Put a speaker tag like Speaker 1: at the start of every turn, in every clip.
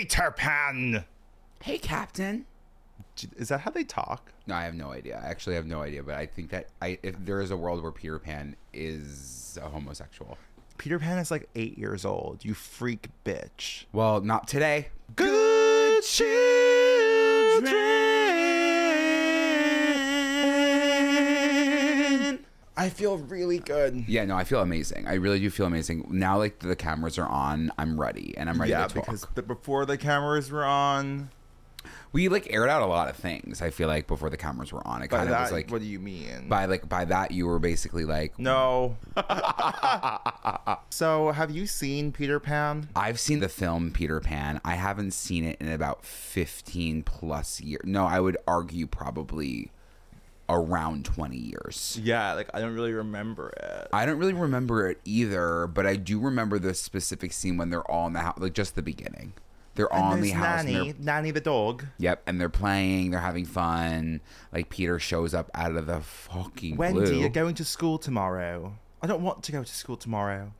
Speaker 1: Carpan.
Speaker 2: Hey, Captain.
Speaker 1: Is that how they talk?
Speaker 2: No, I have no idea. I actually have no idea, but I think that I if there is a world where Peter Pan is a homosexual.
Speaker 1: Peter Pan is like eight years old. You freak bitch.
Speaker 2: Well, not today.
Speaker 1: Good children. I feel really good.
Speaker 2: Yeah, no, I feel amazing. I really do feel amazing. Now like the cameras are on, I'm ready and I'm ready
Speaker 1: Yeah,
Speaker 2: to talk.
Speaker 1: because the, before the cameras were on,
Speaker 2: we like aired out a lot of things, I feel like before the cameras were on. It
Speaker 1: by
Speaker 2: kind of
Speaker 1: that,
Speaker 2: was like
Speaker 1: what do you mean?
Speaker 2: by like by that you were basically like
Speaker 1: no. so, have you seen Peter Pan?
Speaker 2: I've seen the film Peter Pan. I haven't seen it in about 15 plus years. No, I would argue probably around 20 years.
Speaker 1: Yeah, like I don't really remember it.
Speaker 2: I don't really remember it either, but I do remember the specific scene when they're all in the house, like just the beginning. They're all in the
Speaker 1: There's
Speaker 2: house. and
Speaker 1: Nanny,
Speaker 2: they're-
Speaker 1: Nanny the dog.
Speaker 2: yep, and they're playing, they're having fun. Like Peter shows up out of the fucking
Speaker 1: Wendy,
Speaker 2: blue.
Speaker 1: you're going to school tomorrow. I don't want to go to school tomorrow.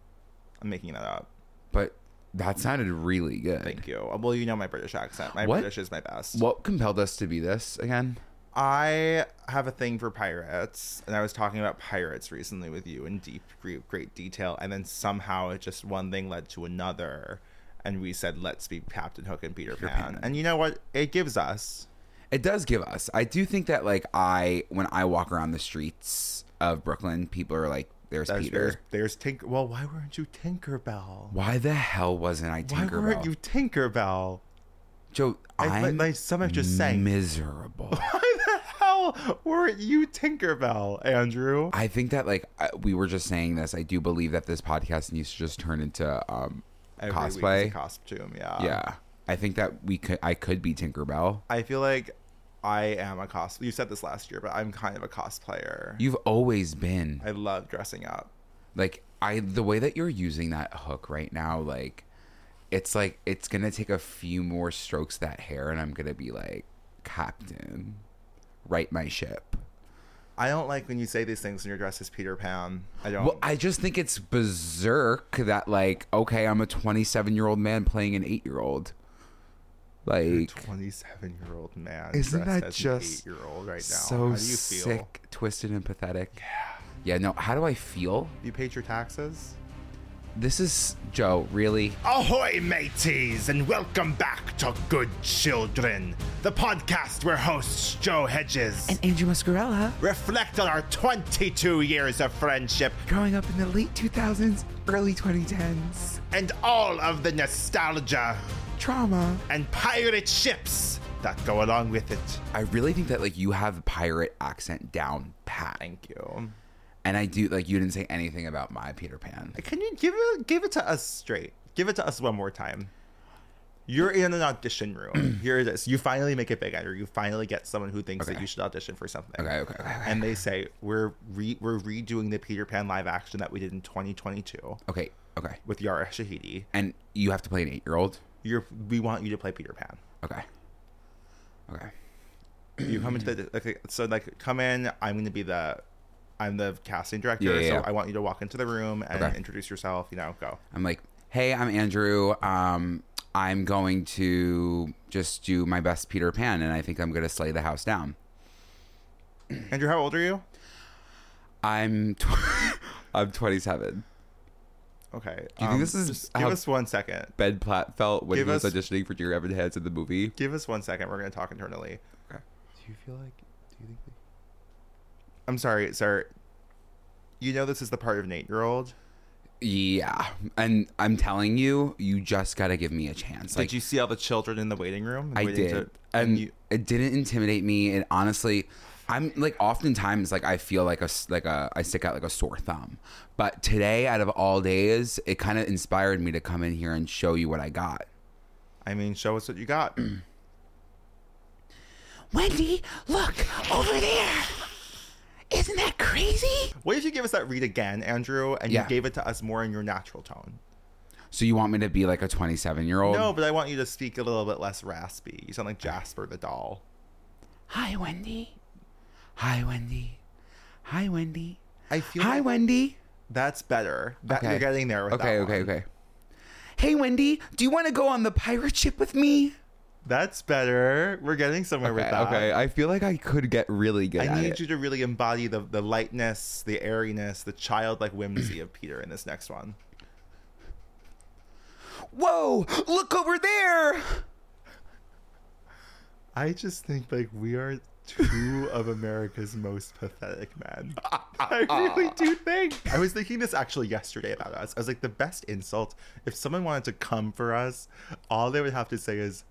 Speaker 1: I'm making that up.
Speaker 2: but that sounded really good.
Speaker 1: Thank you. Uh, Well, you know my British accent. My
Speaker 2: What?
Speaker 1: British is my best.
Speaker 2: What compelled us to be this again?
Speaker 1: I have a thing for pirates, and I was talking about pirates recently with you in deep, great, great detail, and then somehow it just one thing led to another, and we said, "Let's be Captain Hook and Peter Pan."
Speaker 2: Pan.
Speaker 1: And you know what? It gives us.
Speaker 2: It does give us. I do think that like I when I walk around the streets of Brooklyn, people are like, "There's,
Speaker 1: There's,
Speaker 2: Peter."
Speaker 1: there's, there's Tinker. Well, why weren't you Tinkerbell?
Speaker 2: Why the hell wasn't I
Speaker 1: Why
Speaker 2: Tinkerbell?
Speaker 1: weren't you Tinkerbell?
Speaker 2: Joe?
Speaker 1: I- my-
Speaker 2: I'm
Speaker 1: my stomach just sank.
Speaker 2: Miserable.
Speaker 1: Why the hell weren't you Tinkerbell, Andrew?
Speaker 2: I think that like I, we were just saying this. I do believe that this podcast needs to just turn into um
Speaker 1: Every week is a
Speaker 2: cosplay.
Speaker 1: costume, yeah.
Speaker 2: yeah, I think that we could. I could be Tinkerbell.
Speaker 1: I feel like I am a cos. You said this last year, but I'm kind of a cosplayer.
Speaker 2: You've always been
Speaker 1: I love dressing up.
Speaker 2: like I the way that you're using that hook right now, like it's like it's gonna take a few more strokes of that hair, and I'm gonna be like, Captain, right my ship.
Speaker 1: I don't like when you say these things when you're dressed as Peter Pan. I don't.
Speaker 2: Well, I just think it's berserk that like, okay, I'm a 27 year old man playing an eight year old. Like,
Speaker 1: 27 year old man
Speaker 2: Isn't
Speaker 1: dressed
Speaker 2: that
Speaker 1: as
Speaker 2: just
Speaker 1: an 8 year old right now.
Speaker 2: so
Speaker 1: How do you feel?
Speaker 2: sick, twisted, and pathetic. Yeah. Yeah. No. How do I feel?
Speaker 1: You paid your taxes?
Speaker 2: This is Joe. Really.
Speaker 1: Ahoy, mateys, and welcome back to Good Children, the podcast where hosts Joe Hedges
Speaker 2: Andrew Muscarella,
Speaker 1: reflect on our 22 years of friendship
Speaker 2: growing up in the late 2000s, early 2010s.
Speaker 1: and all of the nostalgia
Speaker 2: trauma.
Speaker 1: and pirate ships that go along with it.
Speaker 2: I really think that like you have the pirate accent down pat,
Speaker 1: Thank you.
Speaker 2: and I do like you didn't say anything about my Peter Pan.
Speaker 1: Can you give it give it to us straight? Give it to us one more time. You're in an audition room. Here it is. You finally make it big, Andrew. You finally get someone who thinks that
Speaker 2: Okay.
Speaker 1: you should audition for something.
Speaker 2: Okay, okay, okay, okay.
Speaker 1: And they say we're re- we're redoing the Peter Pan live action that we did in 2022
Speaker 2: Okay, okay,
Speaker 1: with Yara Shahidi.
Speaker 2: and you have to play an eight-year-old.
Speaker 1: You're we want you to play Peter Pan.
Speaker 2: Okay, okay.
Speaker 1: you come into the okay, so like come in i'm going to be the i'm the casting director
Speaker 2: Yeah, yeah,
Speaker 1: so
Speaker 2: yeah.
Speaker 1: i want you to walk into the room and
Speaker 2: Okay.
Speaker 1: introduce yourself you know go
Speaker 2: I'm like, hey, I'm Andrew. Um, I'm going to just do my best Peter Pan, and I think I'm gonna slay the house down.
Speaker 1: andrew how old are you
Speaker 2: I'm, tw- I'm 27.
Speaker 1: okay um,
Speaker 2: Do you think this is
Speaker 1: just
Speaker 2: how-
Speaker 1: give us one second
Speaker 2: Ben Platt felt when
Speaker 1: Give
Speaker 2: he was
Speaker 1: us-
Speaker 2: auditioning for Dear Evan Hands in the movie.
Speaker 1: give us one second we're going to talk internally
Speaker 2: Okay.
Speaker 1: do you feel like do you think i'm sorry sir you know this is the part of an eight-year-old
Speaker 2: Yeah, and I'm telling you, you just gotta give me a chance. Like
Speaker 1: did you see all the children in the waiting room
Speaker 2: I
Speaker 1: waiting
Speaker 2: did,
Speaker 1: to-
Speaker 2: and
Speaker 1: you
Speaker 2: it didn't intimidate me. And honestly, I'm like oftentimes like I feel like a s- like a I stick out like a sore thumb. But today, out of all days, it kind of inspired me to come in here and show you what I got.
Speaker 1: i mean show us what you got
Speaker 2: Wendy, look over there. Isn't that crazy?
Speaker 1: what if you give us that read again andrew and
Speaker 2: Yeah.
Speaker 1: you gave it to us more in your natural tone
Speaker 2: So you want me to be like a 27 year old?
Speaker 1: No, but I want you to speak a little bit less raspy. You sound like Jasper the doll.
Speaker 2: Hi, Wendy. Hi, Wendy. Hi, Wendy.
Speaker 1: I feel
Speaker 2: Hi,
Speaker 1: like
Speaker 2: Wendy.
Speaker 1: that's better. That
Speaker 2: Okay.
Speaker 1: you're getting there with
Speaker 2: okay,
Speaker 1: that
Speaker 2: okay,
Speaker 1: one.
Speaker 2: okay. "Hey Wendy, do you want to go on the pirate ship with me?"
Speaker 1: That's better. We're getting somewhere with
Speaker 2: Okay,
Speaker 1: that.
Speaker 2: okay, I feel like I could get really good
Speaker 1: I
Speaker 2: at
Speaker 1: need
Speaker 2: it.
Speaker 1: you to really embody the, the lightness, the airiness, the childlike whimsy of Peter in this next one.
Speaker 2: Whoa, look over there.
Speaker 1: I just think like we are two of America's most pathetic men. I really do think. I was thinking this actually yesterday about us. I was like, the best insult if someone wanted to come for us, all they would have to say is,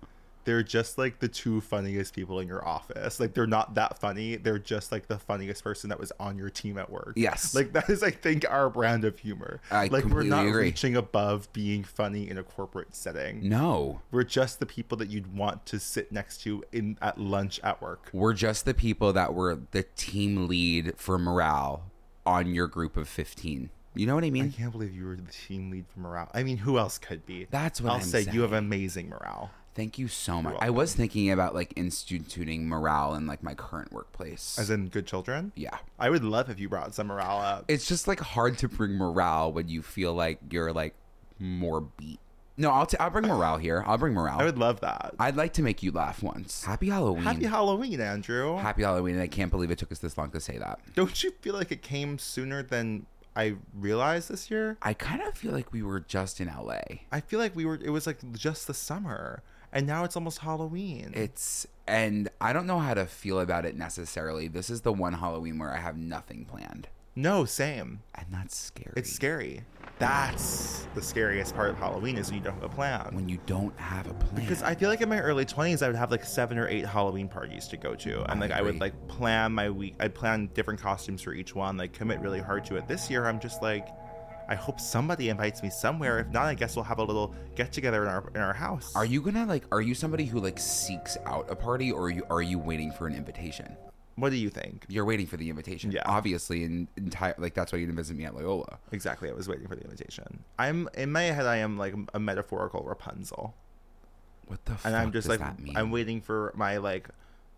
Speaker 1: "They're just like the two funniest people in your office. Like they're not that funny. They're just like the funniest person that was on your team at work."
Speaker 2: Yes.
Speaker 1: like that is, I think, our brand of humor.
Speaker 2: I
Speaker 1: like
Speaker 2: completely
Speaker 1: we're not
Speaker 2: agree.
Speaker 1: reaching above being funny in a corporate setting.
Speaker 2: No,
Speaker 1: We're just the people that you'd want to sit next to in at lunch at work.
Speaker 2: we're just the people that were the team lead for morale on your group of 15. You know what I
Speaker 1: I
Speaker 2: mean?
Speaker 1: can't believe you were the team lead for morale. I mean, who else could be?
Speaker 2: That's what
Speaker 1: I'll
Speaker 2: I'm
Speaker 1: say.
Speaker 2: saying.
Speaker 1: You have amazing morale.
Speaker 2: Thank you so much. I was thinking about like instituting morale in like my current workplace.
Speaker 1: As in good children?
Speaker 2: yeah.
Speaker 1: I would love if you brought some morale up.
Speaker 2: It's just like hard to bring morale when you feel like you're like more beat. No, I'll, t- I'll bring morale here. I'll bring morale.
Speaker 1: I
Speaker 2: I
Speaker 1: would love that.
Speaker 2: would like to make you laugh once. Happy Halloween.
Speaker 1: Happy Halloween, Andrew.
Speaker 2: Happy Halloween. And I can't believe it took us this long to say that.
Speaker 1: Don't you feel like it came sooner than I realized this year?
Speaker 2: I kind of feel like we were just in LA.
Speaker 1: I feel like we were. It was like just the summer, and now it's almost Halloween.
Speaker 2: It's and I don't know how to feel about it necessarily. This is the one Halloween where I have nothing planned,
Speaker 1: no, same.
Speaker 2: and that's scary.
Speaker 1: It's scary. That's the scariest part of Halloween is when you don't have a plan.
Speaker 2: when you don't have a plan.
Speaker 1: Because I feel like in my early 20s, I would have like seven or eight Halloween parties to go to. And like, I would
Speaker 2: agree.
Speaker 1: like plan my week, I'd plan different costumes for each one, like commit really hard to it. This year, I'm just like, I hope somebody invites me somewhere. If not, I guess we'll have a little get together in our in our house.
Speaker 2: are you gonna like? Are you somebody who like seeks out a party, or are you are you waiting for an invitation?
Speaker 1: What do you think?
Speaker 2: You're waiting for the invitation.
Speaker 1: Yeah.
Speaker 2: obviously, and entire like that's why you didn't visit me at Loyola.
Speaker 1: Exactly. I was waiting for the invitation. I'm in my head. I am like a metaphorical Rapunzel,
Speaker 2: What the fuck
Speaker 1: and I'm just
Speaker 2: does
Speaker 1: like
Speaker 2: that mean?
Speaker 1: I'm waiting for my like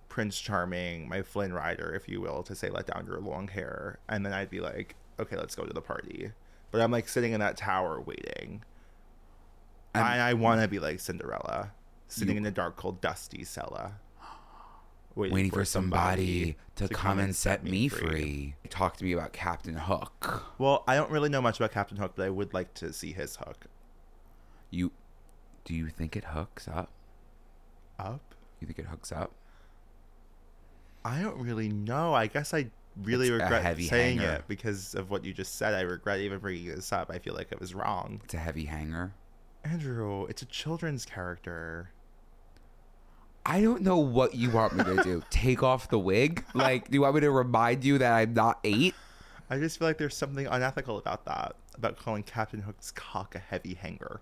Speaker 1: Prince Charming, my Flynn Rider, if you will, to say let down your long hair, and then I'd be like, okay, let's go to the party. But I'm like sitting in that tower waiting,
Speaker 2: I'm-
Speaker 1: and I want to be like Cinderella, sitting in a dark, cold, dusty cellar,
Speaker 2: waiting for somebody to come and set me free. Talk to me about Captain Hook.
Speaker 1: Well, I don't really know much about Captain Hook, but I would like to see his hook
Speaker 2: You, do you think it hooks up?
Speaker 1: up.
Speaker 2: You think it hooks up?
Speaker 1: I don't really know. I guess I really
Speaker 2: It's a
Speaker 1: regret
Speaker 2: heavy
Speaker 1: saying
Speaker 2: hanger.
Speaker 1: it because of what you just said. I regret even bringing this up. I feel like it was wrong.
Speaker 2: It's a heavy hanger.
Speaker 1: Andrew, it's a children's character.
Speaker 2: I don't know what you want me to do. Take off the wig? Like, do you want me to remind you that I'm not eight?
Speaker 1: I just feel like there's something unethical about that, about calling Captain Hook's cock a heavy hanger.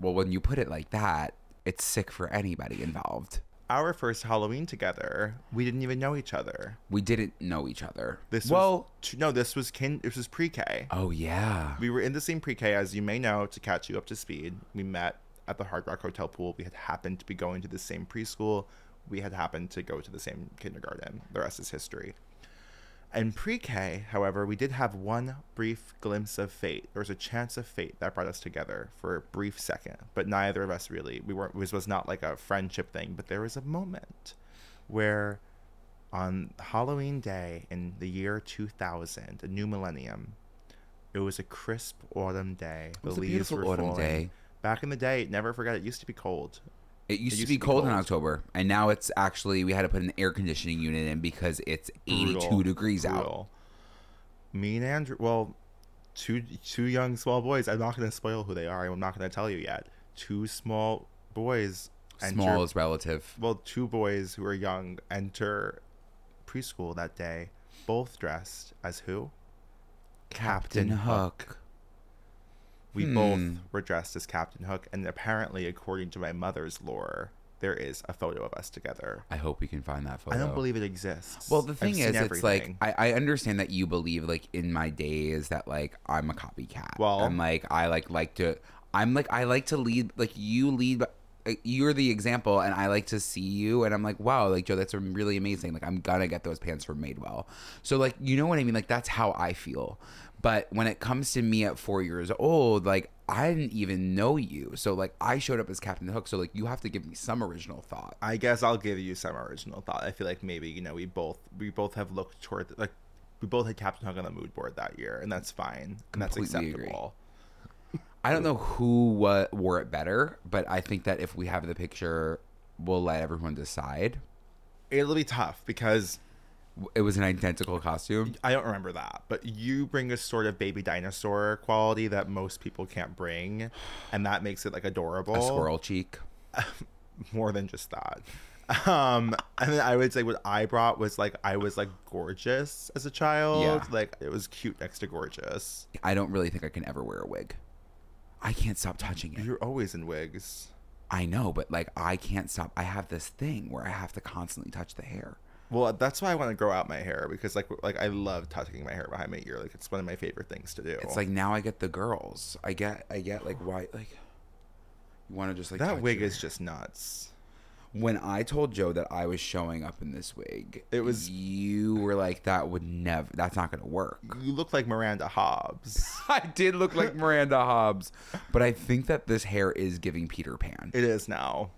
Speaker 2: Well, when you put it like that, it's sick for anybody involved.
Speaker 1: Our first Halloween together, we didn't even know each other.
Speaker 2: We didn't know each other.
Speaker 1: This
Speaker 2: well,
Speaker 1: was, no, this was kin. This was pre-K.
Speaker 2: oh yeah,
Speaker 1: We were in the same pre-K, as you may know, to catch you up to speed. We met at the Hard Rock Hotel pool. We had happened to be going to the same preschool. We had happened to go to the same kindergarten. The rest is history. And pre-K, however, we did have one brief glimpse of fate. There was a chance of fate that brought us together for a brief second, but neither of us really. We weren't. This was not like a friendship thing, but there was a moment where on Halloween Day in the year 2000, the new millennium, it was a crisp autumn day.
Speaker 2: was a beautiful autumn day.
Speaker 1: Back in the day, never forget, it used to be cold.
Speaker 2: it used, to be cold, in October, and now it's actually we had to put an air conditioning unit in because it's 82
Speaker 1: Brutal,
Speaker 2: degrees out.
Speaker 1: brutal. Me and Andrew, well, two two young small boys. I'm not going to spoil who they are. I'm not going to tell you yet. Two small boys.
Speaker 2: Small is relative.
Speaker 1: well, two boys who are young enter preschool that day, both dressed as who?
Speaker 2: Captain Hook.
Speaker 1: We
Speaker 2: Hmm.
Speaker 1: both were dressed as Captain Hook, and apparently, according to my mother's lore, there is a photo of us together.
Speaker 2: I hope we can find that photo.
Speaker 1: I don't believe it exists.
Speaker 2: Oh. Well, the
Speaker 1: I've
Speaker 2: thing
Speaker 1: seen
Speaker 2: is, it's like
Speaker 1: everything.
Speaker 2: I, I understand that you believe like in my days that like I'm a copycat.
Speaker 1: Well-
Speaker 2: I'm like I like like to. I'm like I like to lead. Like you lead. like, You're the example, and I like to see you. And I'm like, wow, like Joe, that's really amazing. Like I'm gonna get those pants from Madewell. So like you know what I mean. Like that's how I feel. But when it comes to me at four years old, like I didn't even know you. So like I showed up as Captain Hook. So like you have to give me some original thought.
Speaker 1: I guess I'll give you some original thought. I feel like maybe you know we both we both have looked toward like we both had Captain Hook on the mood board that year, and that's fine and that's
Speaker 2: Completely agree.
Speaker 1: acceptable.
Speaker 2: I don't know who what wore it better, but I think that if we have the picture, we'll let everyone decide.
Speaker 1: It'll be tough because
Speaker 2: It was an identical costume.
Speaker 1: I don't remember that, but you bring a sort of baby dinosaur quality that most people can't bring, and that makes it like adorable.
Speaker 2: A squirrel cheek.
Speaker 1: more than just that. Um, and then I would say what I brought was like I was like gorgeous as a child.
Speaker 2: Yeah.
Speaker 1: Like it was cute next to gorgeous.
Speaker 2: I don't really think I can ever wear a wig. I can't stop touching it.
Speaker 1: You're always in wigs.
Speaker 2: I know, but like I can't stop. I have this thing where I have to constantly touch the hair.
Speaker 1: Well, that's why I want to grow out my hair because like like I love tucking my hair behind my ear. Like it's one of my favorite things to do.
Speaker 2: It's like now I get the girls. I get I get like why like you want to just like
Speaker 1: that
Speaker 2: touch
Speaker 1: wig
Speaker 2: your-
Speaker 1: is just nuts.
Speaker 2: when I told Joe that I was showing up in this wig.
Speaker 1: It was-
Speaker 2: you were like that would never that's not going to work.
Speaker 1: You look like Miranda Hobbs.
Speaker 2: I did look like Miranda Hobbs, but I think that this hair is giving Peter Pan.
Speaker 1: It is now.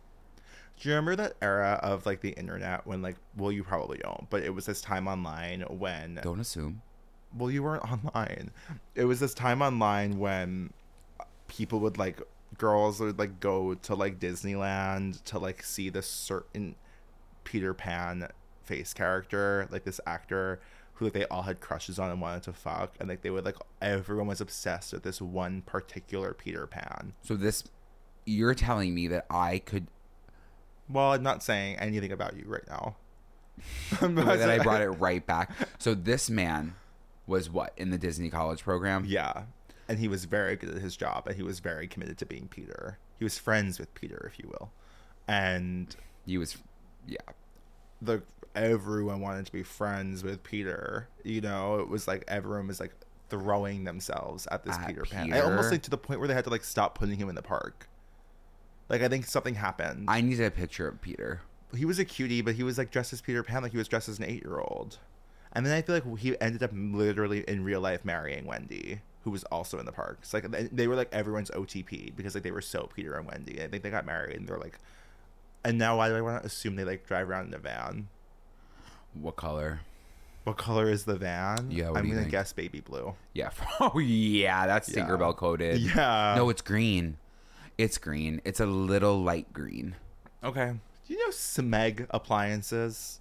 Speaker 1: Do you remember that era of like the internet when like well you probably don't, but it was this time online when
Speaker 2: Don't assume.
Speaker 1: well you weren't online it was this time online when people would like girls would like go to like disneyland to like see this certain peter pan face character like this actor who like, they all had crushes on and wanted to fuck and like they would like everyone was obsessed with this one particular peter pan
Speaker 2: So this you're telling me that I could
Speaker 1: well i'm not saying anything about you right now
Speaker 2: the way that I brought it right back. So this man was what in the Disney College program?
Speaker 1: yeah and he was very good at his job and he was very committed to being peter he was friends with peter if you will and
Speaker 2: He was, yeah.
Speaker 1: the everyone wanted to be friends with Peter. You know, it was like everyone was like throwing themselves at this
Speaker 2: At
Speaker 1: Peter Pan. I almost
Speaker 2: Peter.
Speaker 1: like to the point where they had to like stop putting him in the park. Like I think something happened.
Speaker 2: I needed a picture of Peter.
Speaker 1: he was a cutie, but he was like dressed as Peter Pan, like he was dressed as an eight year old. And then I feel like he ended up literally in real life marrying Wendy, who was also in the park. It's like they- they were like everyone's OTP because like they were so Peter and Wendy. I think they got married and they're like, and now why do I want to assume they like drive around in a van?
Speaker 2: What color?
Speaker 1: What color is the van?
Speaker 2: Yeah, what
Speaker 1: I'm
Speaker 2: do you
Speaker 1: gonna
Speaker 2: think?
Speaker 1: guess baby blue.
Speaker 2: Yeah. Oh yeah, that's
Speaker 1: Yeah.
Speaker 2: Tinkerbell coded.
Speaker 1: Yeah.
Speaker 2: No, it's green. It's green. It's a little light green.
Speaker 1: Okay. Do you know Smeg appliances?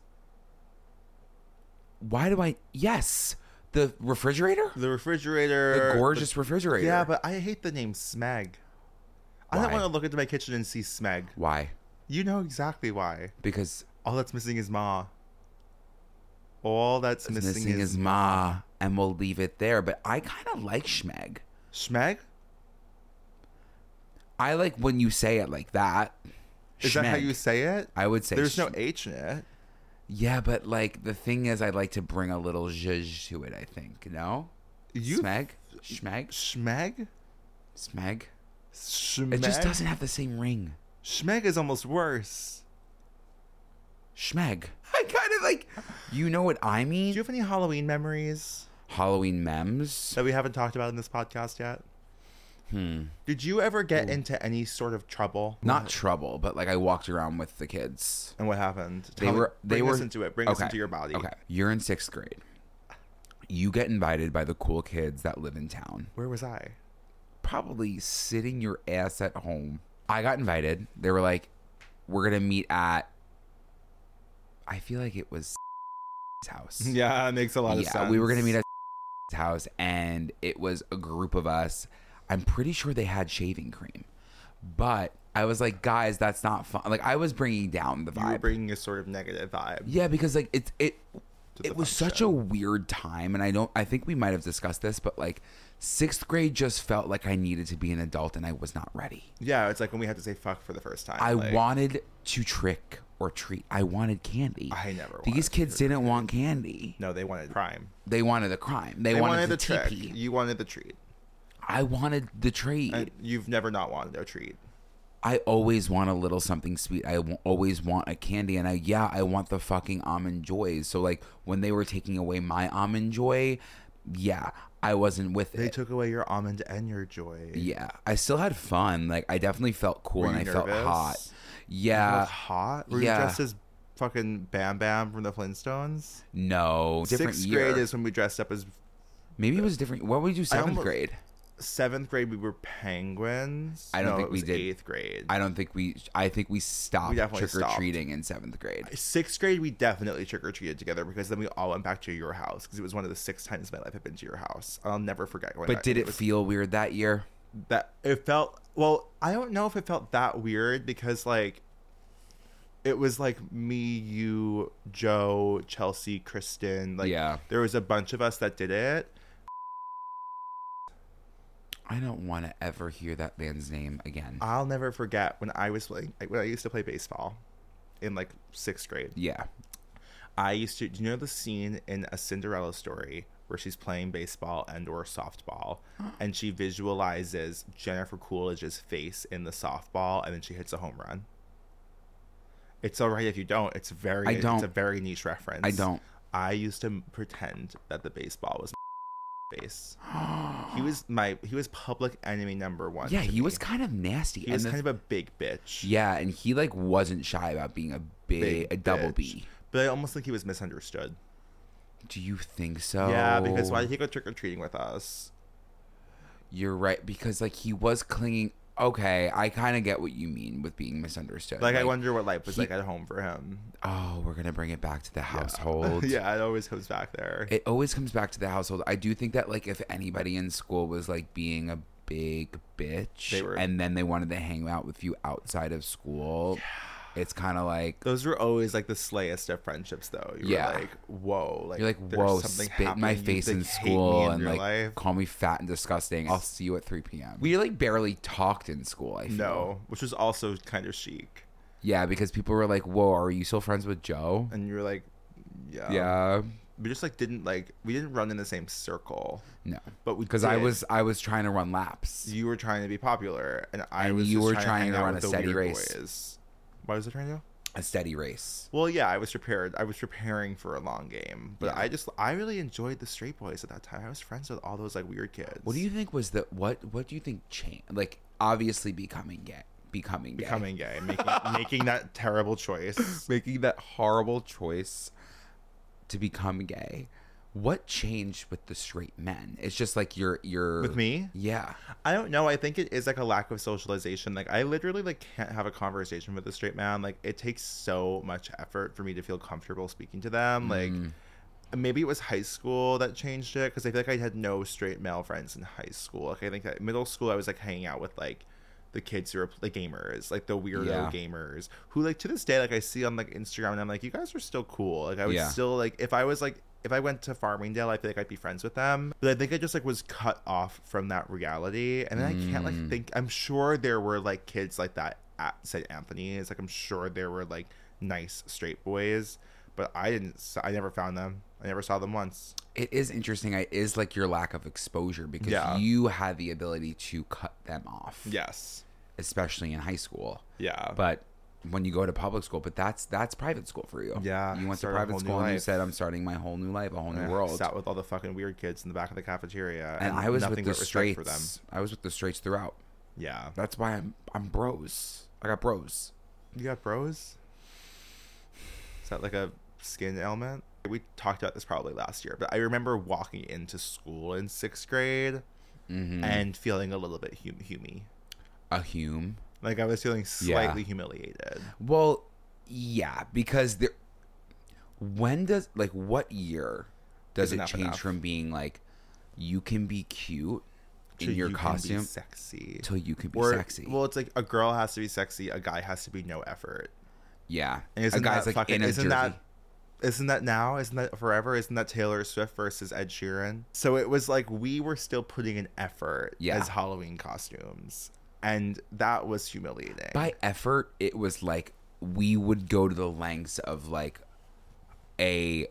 Speaker 2: Why do I? Yes, the refrigerator.
Speaker 1: The refrigerator.
Speaker 2: The gorgeous refrigerator.
Speaker 1: yeah, but I hate the name Smeg. I don't
Speaker 2: Why?
Speaker 1: want to look into my kitchen and see Smeg.
Speaker 2: why?
Speaker 1: You know exactly why.
Speaker 2: Because
Speaker 1: All that's missing is Ma. All that's
Speaker 2: it's
Speaker 1: missing,
Speaker 2: missing
Speaker 1: is,
Speaker 2: is ma, and we'll leave it there. But I kind of like Schmeg.
Speaker 1: Schmeg.
Speaker 2: I like when you say it like that.
Speaker 1: Is that how
Speaker 2: Schmeg.
Speaker 1: you say it?
Speaker 2: I would say
Speaker 1: There's no
Speaker 2: sh-
Speaker 1: H in it.
Speaker 2: Yeah, but like the thing is, I like to bring a little zhuzh to it. I think no.
Speaker 1: You
Speaker 2: Smeg, Schmeg,
Speaker 1: Schmeg.
Speaker 2: Smeg.
Speaker 1: Schmeg.
Speaker 2: It just doesn't have the same ring.
Speaker 1: Schmeg is almost worse.
Speaker 2: Schmeg. I kind of like. You know what I mean?
Speaker 1: Do you have any Halloween memories?
Speaker 2: Halloween memes.
Speaker 1: that we haven't talked about in this podcast yet?
Speaker 2: Hmm.
Speaker 1: Did you ever get into any sort of trouble?
Speaker 2: Not trouble, but like I walked around with the kids.
Speaker 1: And what happened?
Speaker 2: They
Speaker 1: Tell me-
Speaker 2: were. They
Speaker 1: bring
Speaker 2: were
Speaker 1: us into it. Bring us
Speaker 2: okay,
Speaker 1: into your body.
Speaker 2: Okay. You're in sixth grade. You get invited by the cool kids that live in town.
Speaker 1: Where was I?
Speaker 2: probably sitting your ass at home. I got invited. They were like, "We're gonna meet at." I feel like it was house.
Speaker 1: Yeah, it makes a lot of sense.
Speaker 2: we were gonna meet at house, and it was a group of us. I'm pretty sure they had shaving cream, but I was like, "Guys, that's not fun." Like I was bringing down the
Speaker 1: You were
Speaker 2: vibe.
Speaker 1: bringing a sort of negative vibe.
Speaker 2: yeah, because like it's it
Speaker 1: to the
Speaker 2: it was such a
Speaker 1: function.
Speaker 2: weird time and i don't i think we might have discussed this but like sixth grade just felt like i needed to be an adult and i was not ready
Speaker 1: Yeah, it's like when we had to say fuck for the first time.
Speaker 2: i
Speaker 1: like,
Speaker 2: wanted to trick or treat i wanted candy
Speaker 1: I never
Speaker 2: these
Speaker 1: wanted
Speaker 2: kids didn't want candy
Speaker 1: No, they wanted crime.
Speaker 2: they wanted the crime they,
Speaker 1: They
Speaker 2: wanted,
Speaker 1: wanted, the
Speaker 2: the,
Speaker 1: trick.
Speaker 2: teepee.
Speaker 1: You wanted the treat.
Speaker 2: i wanted the treat
Speaker 1: And you've never not wanted a treat.
Speaker 2: i always want a little something sweet I w- always want a candy and i yeah i want the fucking almond joys so like when they were taking away my almond joy yeah I wasn't with
Speaker 1: They
Speaker 2: it.
Speaker 1: took away your almond and your joy.
Speaker 2: yeah, I still had fun. Like I definitely felt cool
Speaker 1: Were
Speaker 2: and I
Speaker 1: you
Speaker 2: felt
Speaker 1: nervous?
Speaker 2: hot.
Speaker 1: You
Speaker 2: Yeah,
Speaker 1: looked hot. Were
Speaker 2: yeah.
Speaker 1: you dressed as fucking Bam Bam from the Flintstones?
Speaker 2: no, different
Speaker 1: Sixth
Speaker 2: year.
Speaker 1: grade is when we dressed up as
Speaker 2: Maybe it was different. What would you seventh
Speaker 1: almost-
Speaker 2: grade?
Speaker 1: seventh grade. We were penguins.
Speaker 2: I don't
Speaker 1: No,
Speaker 2: think
Speaker 1: it
Speaker 2: we
Speaker 1: was
Speaker 2: did.
Speaker 1: Eighth grade.
Speaker 2: I don't think we. I think we stopped
Speaker 1: definitely
Speaker 2: trick or
Speaker 1: stopped.
Speaker 2: treating in seventh grade.
Speaker 1: Sixth grade, we definitely trick or treated together because then we all went back to your house because it was one of the six times in my life I've been to your house. I'll never forget going.
Speaker 2: But
Speaker 1: back.
Speaker 2: did it
Speaker 1: was
Speaker 2: feel weird that year?
Speaker 1: that it felt well i don't know if it felt that weird because like it was like me you joe chelsea kristen like
Speaker 2: Yeah.
Speaker 1: there was a bunch of us that did it
Speaker 2: I don't want to ever hear that man's name again.
Speaker 1: i'll never forget when i was playing like, when i used to play baseball in like sixth grade
Speaker 2: yeah.
Speaker 1: i used to do you know the scene in a cinderella story where she's playing baseball and or softball and she visualizes jennifer coolidge's face in the softball and then she hits a home run It's all right if you don't. It's very.
Speaker 2: I
Speaker 1: It's
Speaker 2: don't.
Speaker 1: a very niche reference.
Speaker 2: I don't.
Speaker 1: I used to pretend that the baseball was face. He was my. He was public enemy number one.
Speaker 2: Yeah,
Speaker 1: to
Speaker 2: he was
Speaker 1: me.
Speaker 2: kind of nasty.
Speaker 1: He was kind of a big bitch.
Speaker 2: yeah, and he like wasn't shy about being a big,
Speaker 1: Big
Speaker 2: a double
Speaker 1: bitch.
Speaker 2: B.
Speaker 1: But I almost think he was misunderstood.
Speaker 2: Do you think so?
Speaker 1: Yeah,
Speaker 2: Oh.
Speaker 1: because why did he go trick or treating with us?
Speaker 2: You're right because like he was clinging. Okay, I kind of get what you mean with being misunderstood.
Speaker 1: Like, I wonder what life was
Speaker 2: he-
Speaker 1: like at home for him.
Speaker 2: Oh, we're gonna bring it back to the household.
Speaker 1: yeah, it always comes back there.
Speaker 2: it always comes back to the household. I do think that like if anybody in school was like being a big bitch
Speaker 1: They were-
Speaker 2: and then they wanted to hang out with you outside of school, it's kind of like
Speaker 1: Those were always like the slayest of friendships, though. You
Speaker 2: Yeah.
Speaker 1: were like, whoa, like
Speaker 2: you're like,
Speaker 1: there's
Speaker 2: whoa, spit in my
Speaker 1: happening. You,
Speaker 2: face in
Speaker 1: like, hate me
Speaker 2: school
Speaker 1: in
Speaker 2: and
Speaker 1: your
Speaker 2: like
Speaker 1: life.
Speaker 2: call me fat and disgusting. I'll see you at 3 p.m. We like barely talked in school. I feel.
Speaker 1: No, which was also kind of chic.
Speaker 2: Yeah, because people were like, "Whoa, are you still friends with Joe?"
Speaker 1: And you were like, yeah.
Speaker 2: yeah,
Speaker 1: We just like didn't like we didn't run in the same circle,
Speaker 2: no,
Speaker 1: but we
Speaker 2: because I
Speaker 1: did.
Speaker 2: was I was trying to run laps.
Speaker 1: you were trying to be popular, and I
Speaker 2: And
Speaker 1: was
Speaker 2: you
Speaker 1: just
Speaker 2: were trying
Speaker 1: trying,
Speaker 2: to
Speaker 1: hang out
Speaker 2: run
Speaker 1: with
Speaker 2: a
Speaker 1: the
Speaker 2: steady
Speaker 1: weird
Speaker 2: race.
Speaker 1: Boys. What was I trying to do?
Speaker 2: A steady race.
Speaker 1: Well, yeah, I was prepared. I was preparing for a long game, but
Speaker 2: Yeah.
Speaker 1: I just I really enjoyed the straight boys at that time. I was friends with all those like weird kids.
Speaker 2: What do you think was the what? What do you think changed? Like obviously becoming gay, becoming gay,
Speaker 1: becoming gay, making making that terrible choice?
Speaker 2: making that horrible choice to become gay. What changed with the straight men? It's just like you're you're
Speaker 1: With me,
Speaker 2: Yeah,
Speaker 1: I don't know. I think it is like a lack of socialization. Like I literally like can't have a conversation with a straight man. Like it takes so much effort for me to feel comfortable speaking to them. Like maybe it was high school that changed it because I feel like I had no straight male friends in high school. Like I think that middle school I was like hanging out with like the kids who are the gamers, like the weirdo
Speaker 2: Yeah.
Speaker 1: gamers who like to this day like I see on like Instagram and I'm like you guys are still cool. Like I would
Speaker 2: Yeah.
Speaker 1: still like if I was like if I went to Farmingdale, I feel like I'd be friends with them. But I think I just like was cut off from that reality, and then I can't
Speaker 2: Mm.
Speaker 1: like think. I'm sure there were like kids like that at St. Anthony's. Like I'm sure there were like nice straight boys, but I didn't. s- I never found them. I never saw them once.
Speaker 2: it is interesting. It is like your lack of exposure because
Speaker 1: Yeah.
Speaker 2: you had the ability to cut them off,
Speaker 1: Yes.
Speaker 2: especially in high school.
Speaker 1: Yeah.
Speaker 2: But when you go to public school, but that's that's private school for you.
Speaker 1: Yeah,
Speaker 2: you went to
Speaker 1: started a
Speaker 2: private
Speaker 1: whole new
Speaker 2: school and you
Speaker 1: life.
Speaker 2: said, "I'm starting my whole new life, a whole new
Speaker 1: Yeah,
Speaker 2: world."
Speaker 1: Sat with all the fucking weird kids in the back of the cafeteria,
Speaker 2: and I was with
Speaker 1: nothing
Speaker 2: the
Speaker 1: but respect
Speaker 2: straights.
Speaker 1: for them.
Speaker 2: I was with the straights throughout.
Speaker 1: Yeah.
Speaker 2: That's why I'm I'm bros. I got bros.
Speaker 1: You got bros? Is that like a skin ailment? We talked about this probably last year, but I remember walking into school in sixth grade
Speaker 2: Mm-hmm.
Speaker 1: and feeling a little bit hum- humy.
Speaker 2: A Hume.
Speaker 1: Like I was feeling slightly humiliated.
Speaker 2: Well, yeah, because there. When does like what year does
Speaker 1: Isn't
Speaker 2: it
Speaker 1: that
Speaker 2: change
Speaker 1: enough?
Speaker 2: from being like you can be cute in
Speaker 1: to
Speaker 2: your
Speaker 1: you can be
Speaker 2: costume
Speaker 1: sexy.
Speaker 2: till you can be
Speaker 1: Or-
Speaker 2: sexy?
Speaker 1: Well, it's like a girl has to be sexy, a guy has to be no effort.
Speaker 2: yeah,
Speaker 1: And isn't
Speaker 2: a guy's
Speaker 1: that
Speaker 2: like
Speaker 1: fucking
Speaker 2: in a
Speaker 1: isn't
Speaker 2: jersey.
Speaker 1: that isn't that now? Isn't that forever? Isn't that Taylor Swift versus Ed Sheeran? So it was like we were still putting in effort
Speaker 2: Yeah.
Speaker 1: as Halloween costumes. And that was humiliating.
Speaker 2: by effort it was like we would go to the lengths of like a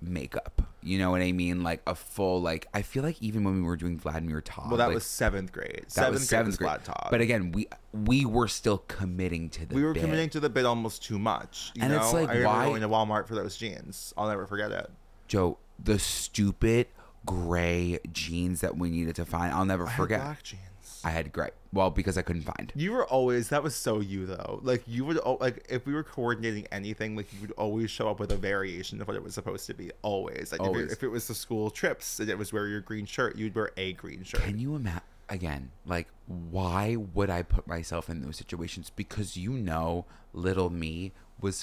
Speaker 2: makeup you know what i mean like a full like i feel like even when we were doing vladimir todd
Speaker 1: well, that
Speaker 2: like,
Speaker 1: was seventh grade.
Speaker 2: that
Speaker 1: seventh, grade. was Flat Top.
Speaker 2: but again we we were still committing to the
Speaker 1: we were
Speaker 2: bit.
Speaker 1: committing to the bit almost too much. You
Speaker 2: And
Speaker 1: know?
Speaker 2: it's like,
Speaker 1: I remember
Speaker 2: why-
Speaker 1: going to Walmart for those jeans. I'll never forget it.
Speaker 2: joe the stupid gray jeans that we needed to find. I'll never
Speaker 1: I had
Speaker 2: forget.
Speaker 1: black jeans.
Speaker 2: I had gray. Well, because I couldn't find.
Speaker 1: You were always that was so you though. Like you would al- like if we were coordinating anything, like you would always show up with a variation of what it was supposed to be. Always, like If,
Speaker 2: Always.
Speaker 1: it, if it was the school trips and it was wear your green shirt, you'd wear a green shirt.
Speaker 2: Can you imagine? Again, like, why would I put myself in those situations? Because you know, little me was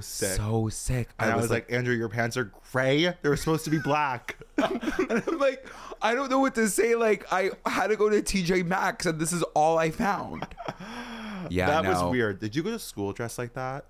Speaker 1: So sick.
Speaker 2: so sick.
Speaker 1: and I was, like, Andrew, your pants are gray. They were supposed to be black.
Speaker 2: and I'm like, I don't know what to say. Like, I had to go to TJ Maxx, and this is all I found. Yeah,
Speaker 1: that
Speaker 2: no.
Speaker 1: was weird. Did you go to school dressed like that,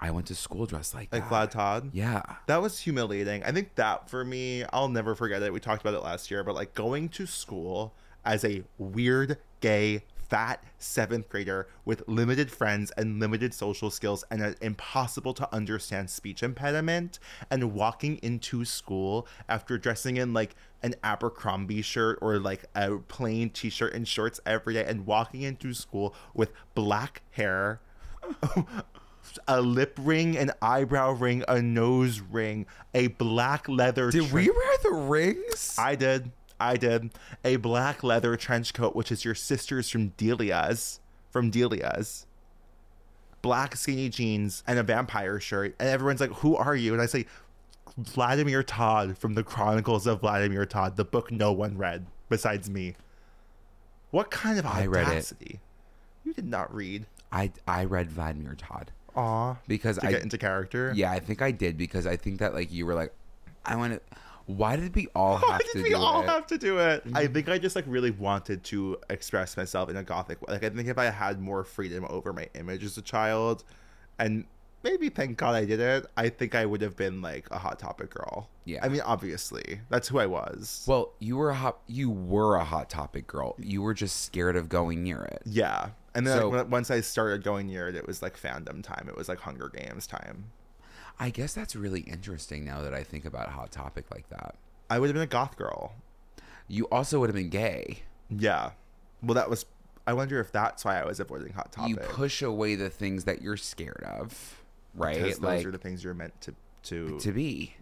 Speaker 2: I went to school dressed like,
Speaker 1: like
Speaker 2: that.
Speaker 1: Vlad Todd?
Speaker 2: Yeah.
Speaker 1: That was humiliating. I think that for me, I'll never forget it. We talked about it last year, but like going to school as a weird, gay, fat seventh grader with limited friends and limited social skills and an impossible to understand speech impediment, and walking into school after dressing in like an Abercrombie shirt or like a plain t shirt and shorts every day, and walking into school with black hair a lip ring, an eyebrow ring, a nose ring, a black leather.
Speaker 2: Did
Speaker 1: tre-
Speaker 2: we wear the rings?
Speaker 1: I did. I did. A black leather trench coat, which is your sister's from Delia's. From Delia's. Black skinny jeans and a vampire shirt, and everyone's like, "Who are you?" And I say, "Vladimir Todd from the Chronicles of Vladimir Todd, the book no one read besides me." What kind of
Speaker 2: I read it.
Speaker 1: audacity? You did not read.
Speaker 2: I I read Vladimir Todd
Speaker 1: Aw.
Speaker 2: because
Speaker 1: To
Speaker 2: I
Speaker 1: get into character.
Speaker 2: yeah I think I did because I think that like you were like I want to. Why did we all have
Speaker 1: Why
Speaker 2: to
Speaker 1: did we
Speaker 2: do
Speaker 1: all
Speaker 2: it? Mm-hmm.
Speaker 1: have to do it? I think I just like really wanted to express myself in a gothic way. Like I think if I had more freedom over my image as a child, and maybe thank God I didn't, I think I would have been like a hot topic girl.
Speaker 2: Yeah.
Speaker 1: I mean, obviously, that's who I was.
Speaker 2: Well, you were a hot, you were a hot topic girl. You were just scared of going near it.
Speaker 1: yeah. And then like,
Speaker 2: So-
Speaker 1: when- once I started going near it, it was like fandom time. It was like Hunger Games time.
Speaker 2: I guess that's really interesting now that I think about hot topic like that.
Speaker 1: I would have been a goth girl.
Speaker 2: You also would have been gay.
Speaker 1: Yeah. Well, that was. I wonder if that's why I was avoiding hot topic.
Speaker 2: You push away the things that you're scared of, right?
Speaker 1: because those
Speaker 2: like
Speaker 1: are the things you're meant to to
Speaker 2: to be.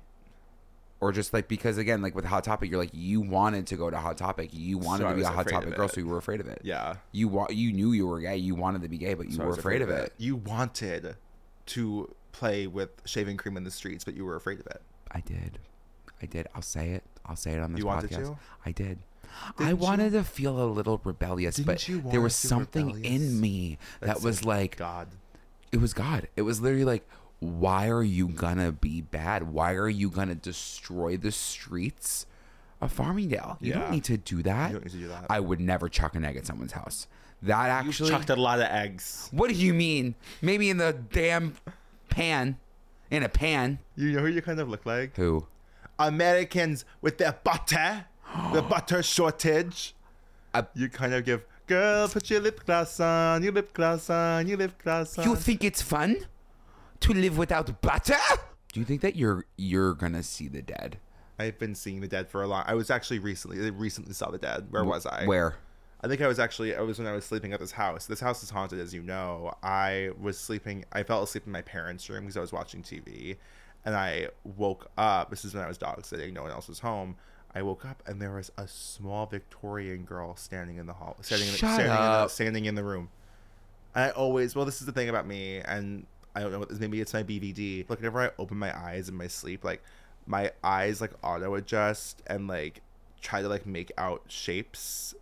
Speaker 2: Or just like because again, like with Hot Topic, you're like you wanted to go to Hot Topic, you wanted
Speaker 1: So I
Speaker 2: to be a
Speaker 1: was
Speaker 2: Hot
Speaker 1: afraid of
Speaker 2: Topic girl,
Speaker 1: it.
Speaker 2: so you were afraid of it.
Speaker 1: yeah.
Speaker 2: You wa- you knew you were gay, you wanted to be gay, but you
Speaker 1: So I
Speaker 2: were
Speaker 1: was
Speaker 2: afraid, of it.
Speaker 1: You wanted to play with shaving cream in the streets, but you were afraid of it.
Speaker 2: I did. I did. I'll say it. I'll say it on this
Speaker 1: You wanted
Speaker 2: podcast.
Speaker 1: to?
Speaker 2: I did. I
Speaker 1: Didn't you-
Speaker 2: wanted to feel a little rebellious, but
Speaker 1: Didn't you
Speaker 2: there
Speaker 1: wanna
Speaker 2: was
Speaker 1: feel
Speaker 2: something
Speaker 1: rebellious?
Speaker 2: in me that
Speaker 1: That's
Speaker 2: was like,
Speaker 1: God.
Speaker 2: it was God. It was literally like, why are you gonna be bad? Why are you gonna destroy the streets of Farmingdale? You
Speaker 1: Yeah.
Speaker 2: don't need to do that.
Speaker 1: You don't need to do that.
Speaker 2: I would never chuck an egg at someone's house. That actually.
Speaker 1: Chucked a lot of eggs.
Speaker 2: what do you mean? Maybe in the damn pan, in a pan.
Speaker 1: You know who you kind of look like?
Speaker 2: Who?
Speaker 1: Americans with their butter, the butter shortage.
Speaker 2: I-
Speaker 1: you kind of give, girl, put your lip gloss on, your lip gloss on, your lip gloss on.
Speaker 2: You think it's fun to live without butter? Do you think that you're you're gonna see the dead?
Speaker 1: I've been seeing the dead for a long. I was actually recently. I recently saw the dead. Where was I?
Speaker 2: Where?
Speaker 1: I think I was actually I was when I was sleeping at this house. This house is haunted, as you know. I was sleeping. I fell asleep in my parents' room because I was watching TV, and I woke up. This is when I was dog sitting. No one else was home. I woke up and there was a small Victorian girl standing in the hall, standing, in, the-
Speaker 2: Shut
Speaker 1: standing, in, the,
Speaker 2: up.
Speaker 1: standing in the room. And I always well, this is the thing about me, and I don't know what this. Maybe it's my BVD. Like whenever I open my eyes in my sleep, like my eyes like auto adjust and like try to like make out shapes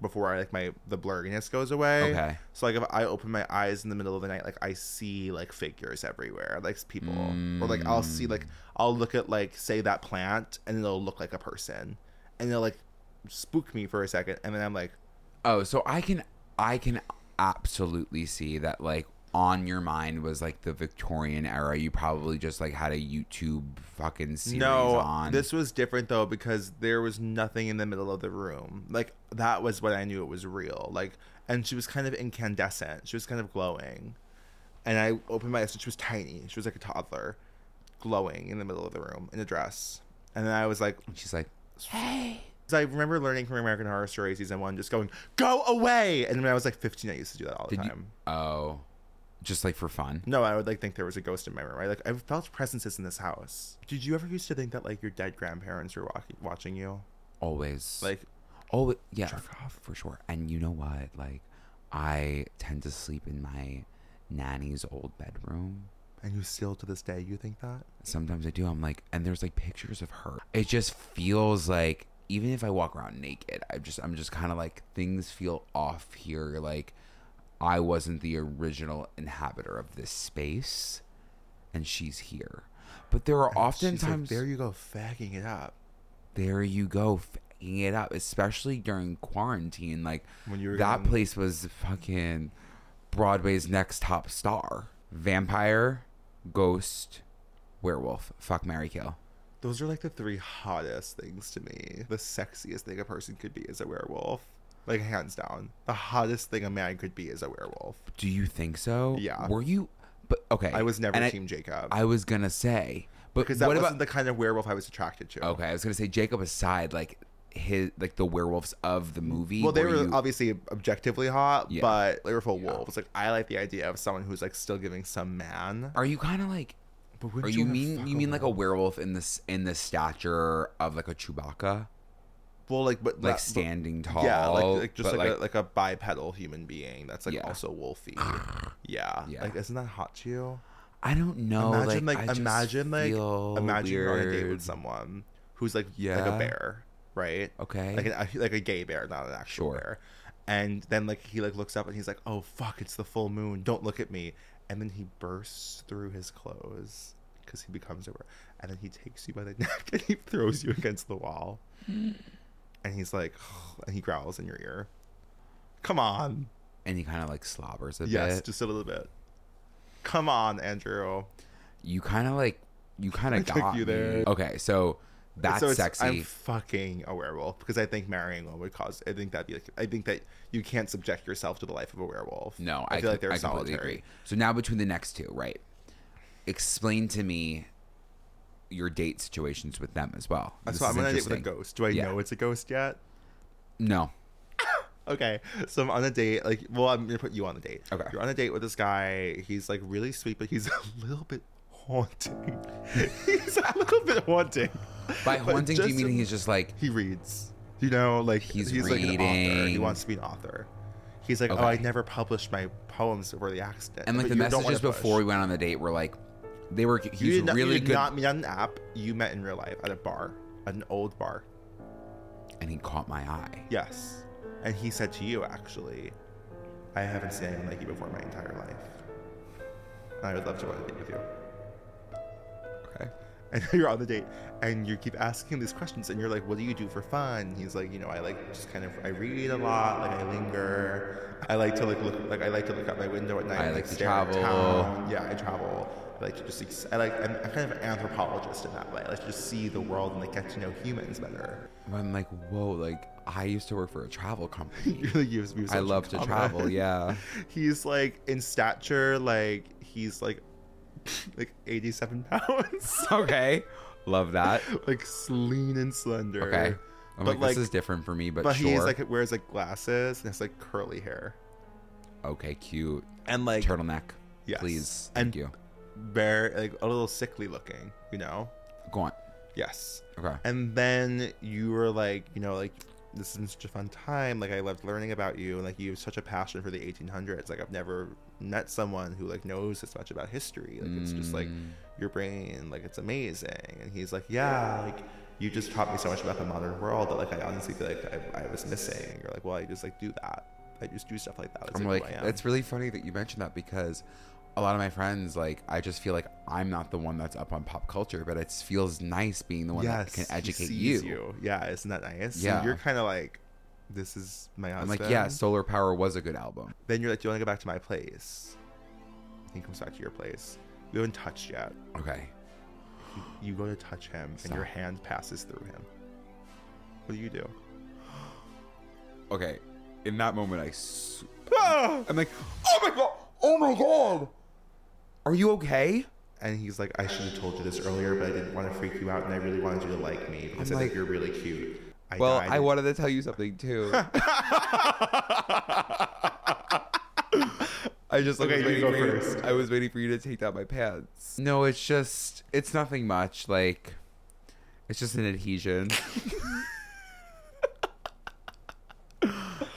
Speaker 1: before I like my the blurriness goes away.
Speaker 2: Okay.
Speaker 1: So like if I open my eyes in the middle of the night, like I see like figures everywhere, like people, or like I'll see like I'll look at like say that plant and it'll look like a person, and it'll like spook me for a second, and then I'm like,
Speaker 2: Oh, so I can I can absolutely see that like on your mind was like the Victorian era. You probably just like had a YouTube fucking series
Speaker 1: no,
Speaker 2: on.
Speaker 1: this was different though because there was nothing in the middle of the room. Like that was what I knew it was real. Like, and she was kind of incandescent. She was kind of glowing, and I opened my eyes. and She was tiny. She was like a toddler, glowing in the middle of the room in a dress. And then I was like,
Speaker 2: She's like, Hey.
Speaker 1: 'cause I remember learning from American Horror Story season one, just going, "Go away!" And when I was like 15, I used to do that all the
Speaker 2: Did you-
Speaker 1: time.
Speaker 2: Oh. just like for fun.
Speaker 1: No, I would like think there was a ghost in my room. I like I felt presences in this house. Did you ever used to think that like your dead grandparents were walking, watching you?
Speaker 2: Always.
Speaker 1: Like
Speaker 2: Oh yeah, f- for sure. And you know what? Like, I tend to sleep in my nanny's old bedroom.
Speaker 1: and you still to this day you think that?
Speaker 2: Sometimes I do. I'm like, and there's like pictures of her. It just feels like even if I walk around naked, I just I'm just kind of like things feel off here. Like I wasn't the original inhabitor of this space, and she's here. But there are
Speaker 1: She's like,
Speaker 2: oftentimes
Speaker 1: there you go fagging it up.
Speaker 2: there you go fucking it up especially during quarantine like
Speaker 1: When you were
Speaker 2: that
Speaker 1: young.
Speaker 2: place was fucking broadway's next top star vampire ghost werewolf fuck mary kill
Speaker 1: Those are like the three hottest things to me. The sexiest thing a person could be is a werewolf. Like hands down, the hottest thing a man could be is a werewolf.
Speaker 2: do you think so
Speaker 1: Yeah.
Speaker 2: were you but okay
Speaker 1: I was never
Speaker 2: and
Speaker 1: team Jacob
Speaker 2: I, I was gonna say but
Speaker 1: because that
Speaker 2: what
Speaker 1: wasn't
Speaker 2: about
Speaker 1: the kind of werewolf I was attracted to.
Speaker 2: okay i was gonna say jacob aside like his like the werewolves of the movie
Speaker 1: Well, they were
Speaker 2: you-
Speaker 1: obviously objectively hot,
Speaker 2: Yeah.
Speaker 1: but they were full
Speaker 2: Yeah.
Speaker 1: wolves. Like I like the idea of someone who's like still giving some man.
Speaker 2: are you kind of like
Speaker 1: But
Speaker 2: Or
Speaker 1: wouldn't
Speaker 2: you
Speaker 1: wanna
Speaker 2: mean
Speaker 1: fuck
Speaker 2: you mean like a
Speaker 1: werewolf?
Speaker 2: werewolf in this in the stature of like a Chewbacca,
Speaker 1: well, like but
Speaker 2: like
Speaker 1: not-
Speaker 2: standing
Speaker 1: but-
Speaker 2: tall?
Speaker 1: yeah, like, like just
Speaker 2: but,
Speaker 1: like, a, like a bipedal human being that's like
Speaker 2: Yeah.
Speaker 1: also wolfy. yeah.
Speaker 2: Yeah.
Speaker 1: like isn't that hot to you?
Speaker 2: I don't know.
Speaker 1: imagine like,
Speaker 2: Oh, I just
Speaker 1: imagine like
Speaker 2: feel
Speaker 1: imagine you're on a date
Speaker 2: weird.
Speaker 1: with someone who's like like
Speaker 2: Yeah.
Speaker 1: a bear, right?
Speaker 2: Okay.
Speaker 1: Like an, a, like a gay bear, not an actual
Speaker 2: Sure.
Speaker 1: bear. And then like he like looks up and he's like, "Oh fuck, it's the full moon. Don't look at me." And then he bursts through his clothes because he becomes a bear. And then he takes you by the neck and he throws you against the wall. and he's like, and he growls in your ear. Come on,
Speaker 2: and he kind of like slobbers a
Speaker 1: yes,
Speaker 2: bit.
Speaker 1: just a little bit. Come on, Andrew.
Speaker 2: you kind of like you kind of
Speaker 1: took
Speaker 2: got
Speaker 1: you
Speaker 2: me.
Speaker 1: there.
Speaker 2: Okay, so that's
Speaker 1: So it's-
Speaker 2: sexy.
Speaker 1: I'm fucking a werewolf because I think marrying one would cause. I think that'd be like. I think that you can't subject yourself to the life of a werewolf.
Speaker 2: No,
Speaker 1: I,
Speaker 2: I,
Speaker 1: feel
Speaker 2: com-
Speaker 1: like they're
Speaker 2: I completely
Speaker 1: solitary.
Speaker 2: agree. So now between the next two, right? Explain to me your date situations with them as well.
Speaker 1: That's
Speaker 2: This
Speaker 1: why
Speaker 2: is
Speaker 1: I'm on a date with a
Speaker 2: interesting.
Speaker 1: ghost. Do I
Speaker 2: Yeah.
Speaker 1: know it's a ghost yet?
Speaker 2: No.
Speaker 1: Okay, so I'm on a date. Like, well, I'm gonna put you on the date.
Speaker 2: Okay.
Speaker 1: you're on a date with this guy. He's like really sweet, but he's a little bit haunting. he's a little bit haunting.
Speaker 2: By
Speaker 1: But
Speaker 2: haunting, do you
Speaker 1: just-
Speaker 2: mean he's just like
Speaker 1: he reads. You know, like
Speaker 2: He's
Speaker 1: he's, like an author. He
Speaker 2: reading.
Speaker 1: wants to be an author. He's like,
Speaker 2: Okay.
Speaker 1: oh, I never published my poems before the accident.
Speaker 2: and like
Speaker 1: But
Speaker 2: the
Speaker 1: you don't wanna
Speaker 2: messages before
Speaker 1: push.
Speaker 2: we went on the date were like they were he's
Speaker 1: you did not,
Speaker 2: really
Speaker 1: you did
Speaker 2: good
Speaker 1: not meet on an app. You met in real life at a bar, at an old bar.
Speaker 2: and he caught my eye.
Speaker 1: Yes, and he said to you, actually, I haven't seen anyone like you before in my entire life. And I would love to go on a date with you.
Speaker 2: Okay.
Speaker 1: And you're on the date, and you keep asking him these questions, and you're like, "What do you do for fun?" He's like, "You know, I like just kind of I read a lot, like I linger, I like to like look like I like to look out my window at night,
Speaker 2: I
Speaker 1: and,
Speaker 2: like to
Speaker 1: stare at
Speaker 2: travel."
Speaker 1: town. Yeah, I travel. I like to just ex- I like I'm, I'm kind of an anthropologist in that way. I like to just see the world and like get to know humans better.
Speaker 2: And I'm like, whoa, like I used to work for a travel company.
Speaker 1: It really gives me.
Speaker 2: I love to travel, yeah.
Speaker 1: He's like in stature, like he's like like 87 pounds.
Speaker 2: okay. Love that.
Speaker 1: like lean and slender.
Speaker 2: Okay. I'm
Speaker 1: But,
Speaker 2: like,
Speaker 1: like-
Speaker 2: this is different for me, but,
Speaker 1: But
Speaker 2: sure.
Speaker 1: he's like wears like glasses and has like curly hair
Speaker 2: okay, cute.
Speaker 1: and like
Speaker 2: Turtleneck.
Speaker 1: Yes.
Speaker 2: Please.
Speaker 1: And-
Speaker 2: Thank you.
Speaker 1: bare like a little sickly looking, you know.
Speaker 2: Go on.
Speaker 1: Yes.
Speaker 2: Okay.
Speaker 1: And then you were like, you know, like this is such a fun time. Like I loved learning about you, and like you have such a passion for the 1800s. Like I've never met someone who like knows this much about history. Like it's just like
Speaker 2: Mm.
Speaker 1: your brain, like it's amazing. And he's like, yeah, like you just taught me so much about the modern world that like I honestly feel like I, I was missing. You're like, well, I just like do that. I just do stuff like that. It's
Speaker 2: I'm
Speaker 1: like,
Speaker 2: like,
Speaker 1: who I am.
Speaker 2: it's really funny that you mentioned that because a lot of my friends, like, I just feel like I'm not the one that's up on pop culture, but it feels nice being the one
Speaker 1: yes,
Speaker 2: that can
Speaker 1: he
Speaker 2: educate
Speaker 1: sees
Speaker 2: you.
Speaker 1: Yeah, isn't that nice? Yeah,
Speaker 2: Yeah.
Speaker 1: you're kind of like, this is my
Speaker 2: I'm
Speaker 1: husband.
Speaker 2: like, yeah, Solar Power was a good album.
Speaker 1: Then you're like, do you want to go back to my place? He comes back to your place. You haven't touched yet.
Speaker 2: Okay.
Speaker 1: You go to touch him, and your hand passes through him. What do you do?
Speaker 2: Okay. In that moment, I. s-
Speaker 1: Ah!
Speaker 2: I'm like, oh my god! Oh my god! Are you okay?
Speaker 1: And he's like, I should have told you this earlier, but I didn't want to freak you out, and I really wanted you to like me because
Speaker 2: I'm
Speaker 1: I
Speaker 2: like-
Speaker 1: think you're really cute. I
Speaker 2: Well,
Speaker 1: died.
Speaker 2: I wanted to tell you something too. I I just like
Speaker 1: Okay,
Speaker 2: was
Speaker 1: you go
Speaker 2: waiting for you-
Speaker 1: first.
Speaker 2: I was waiting for you to take down my pants. No, it's just it's nothing much. Like it's just an adhesion.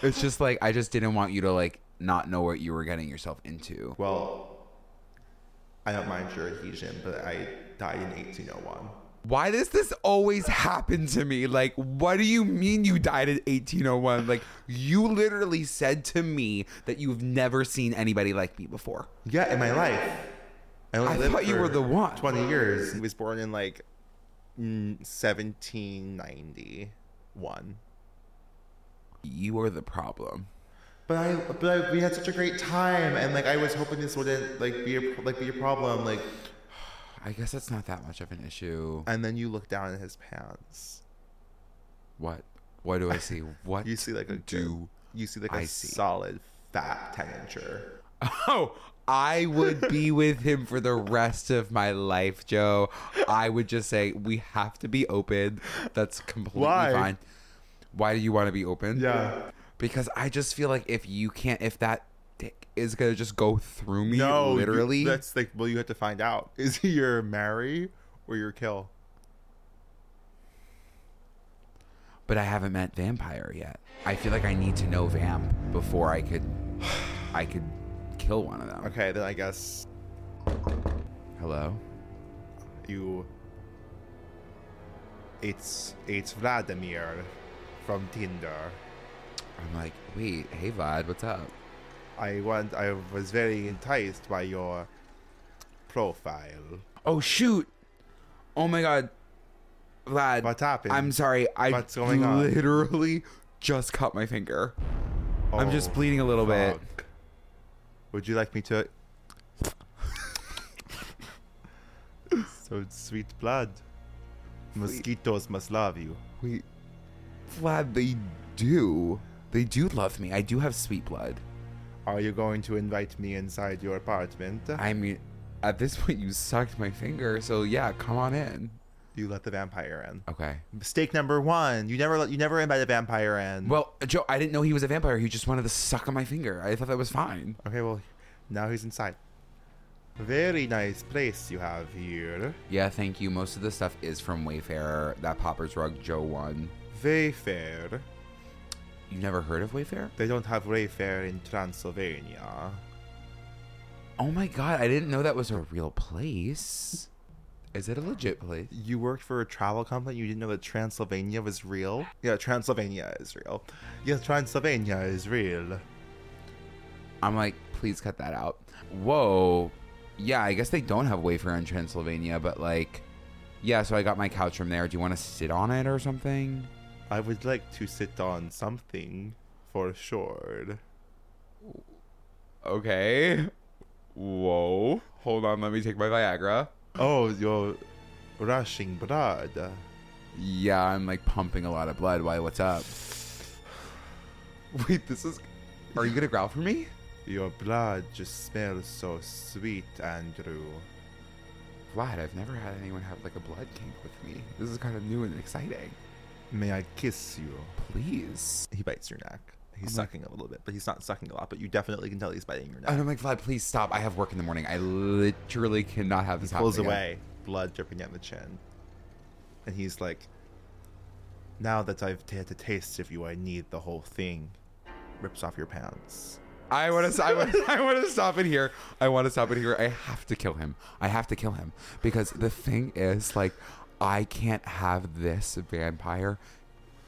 Speaker 2: it's just like I just didn't want you to like not know what you were getting yourself into.
Speaker 1: Well, I don't mind your adhesion, but I died in 1801.
Speaker 2: Why does this always happen to me? Like, what do you mean you died at 1801? Like, you literally said to me that you've never seen anybody like me before.
Speaker 1: Yeah, in my life. only
Speaker 2: I
Speaker 1: lived
Speaker 2: thought you
Speaker 1: for
Speaker 2: were the one.
Speaker 1: 20 years. I was born in like mm, 1791.
Speaker 2: You are the problem.
Speaker 1: But I, but I, we had such a great time, and like I was hoping this wouldn't like be a, like be a problem. Like,
Speaker 2: I guess that's not that much of an issue.
Speaker 1: and then you look down at his pants.
Speaker 2: What? What do I see? What?
Speaker 1: You see like a
Speaker 2: do
Speaker 1: you see like a
Speaker 2: I see?
Speaker 1: solid fat ten incher.
Speaker 2: Oh, I would be with him for the rest of my life, Joe. I would just say we have to be open. That's completely
Speaker 1: Why?
Speaker 2: fine. Why do you want to be open?
Speaker 1: Yeah.
Speaker 2: Because I just feel like if you can't, if that dick is gonna just go through me,
Speaker 1: No, you-
Speaker 2: literally,
Speaker 1: that's like well, you have to find out. Is he your marry or your kill?
Speaker 2: but I haven't met vampire yet. I feel like I need to know vamp before I could, I could kill one of them.
Speaker 1: Okay, then I guess
Speaker 2: Hello.
Speaker 1: you. It's it's Vladimir from Tinder.
Speaker 2: I'm like, wait, hey Vlad, what's up?
Speaker 1: I want. I was very enticed by your profile.
Speaker 2: Oh shoot! Oh my god, Vlad.
Speaker 1: What happened?
Speaker 2: I'm sorry. I
Speaker 1: What's going on?
Speaker 2: literally just cut my finger. I'm just
Speaker 1: Oh,
Speaker 2: bleeding a little bit.
Speaker 1: fuck. Would you like me to? so sweet blood. Mosquitoes must love you.
Speaker 2: Wait, Vlad, they do. They do love me. I do have sweet blood.
Speaker 1: Are you going to invite me inside your apartment?
Speaker 2: I mean, at this point, you sucked my finger, so yeah, come on in.
Speaker 1: you let the vampire in.
Speaker 2: Okay.
Speaker 1: Mistake number one. You never let you never invite a vampire in.
Speaker 2: Well, Joe, I didn't know he was a vampire. He just wanted to suck on my finger. I thought that was fine.
Speaker 1: okay, well, now he's inside. Very nice place you have here.
Speaker 2: Yeah, thank you. Most of the stuff is from Wayfair. That Popper's Rug Joe won.
Speaker 1: Wayfair.
Speaker 2: You never heard of Wayfair?
Speaker 1: They don't have Wayfair in Transylvania.
Speaker 2: Oh my god, I didn't know that was a real place. Is it a legit place?
Speaker 1: You worked for a travel company. You didn't know that Transylvania was real. Yeah, Transylvania is real. Yeah, Transylvania is real.
Speaker 2: I'm like, please cut that out. Whoa. Yeah, I guess they don't have Wayfair in Transylvania, but like, yeah, so I got my couch from there. Do you want to sit on it or something?
Speaker 1: I would like to sit on something for sure.
Speaker 2: Okay. Whoa. Hold on, let me take my Viagra.
Speaker 1: Oh, your rushing blood.
Speaker 2: Yeah, I'm like pumping a lot of blood. Why, what's up? Wait, this is. Are you gonna growl for me?
Speaker 1: Your blood just smells so sweet, Andrew.
Speaker 2: Vlad, I've never had anyone have like a blood kink with me. This is kind of new and exciting.
Speaker 1: May I kiss you?
Speaker 2: Please.
Speaker 1: He bites your neck. He's
Speaker 2: I'm like-
Speaker 1: sucking a little bit, but he's not sucking a lot. But you definitely can tell he's biting your neck.
Speaker 2: And I'm like, Vlad, please stop. I have work in the morning. I literally cannot have this happen.
Speaker 1: pulls
Speaker 2: again."
Speaker 1: away, blood dripping down the chin. And he's like, Now that I've had a taste of you, I need the whole thing. Rips off your pants.
Speaker 2: I want to. I want. I want to stop it here. I want to stop it here. I have to kill him. I have to kill him because the thing is, like, I can't have this vampire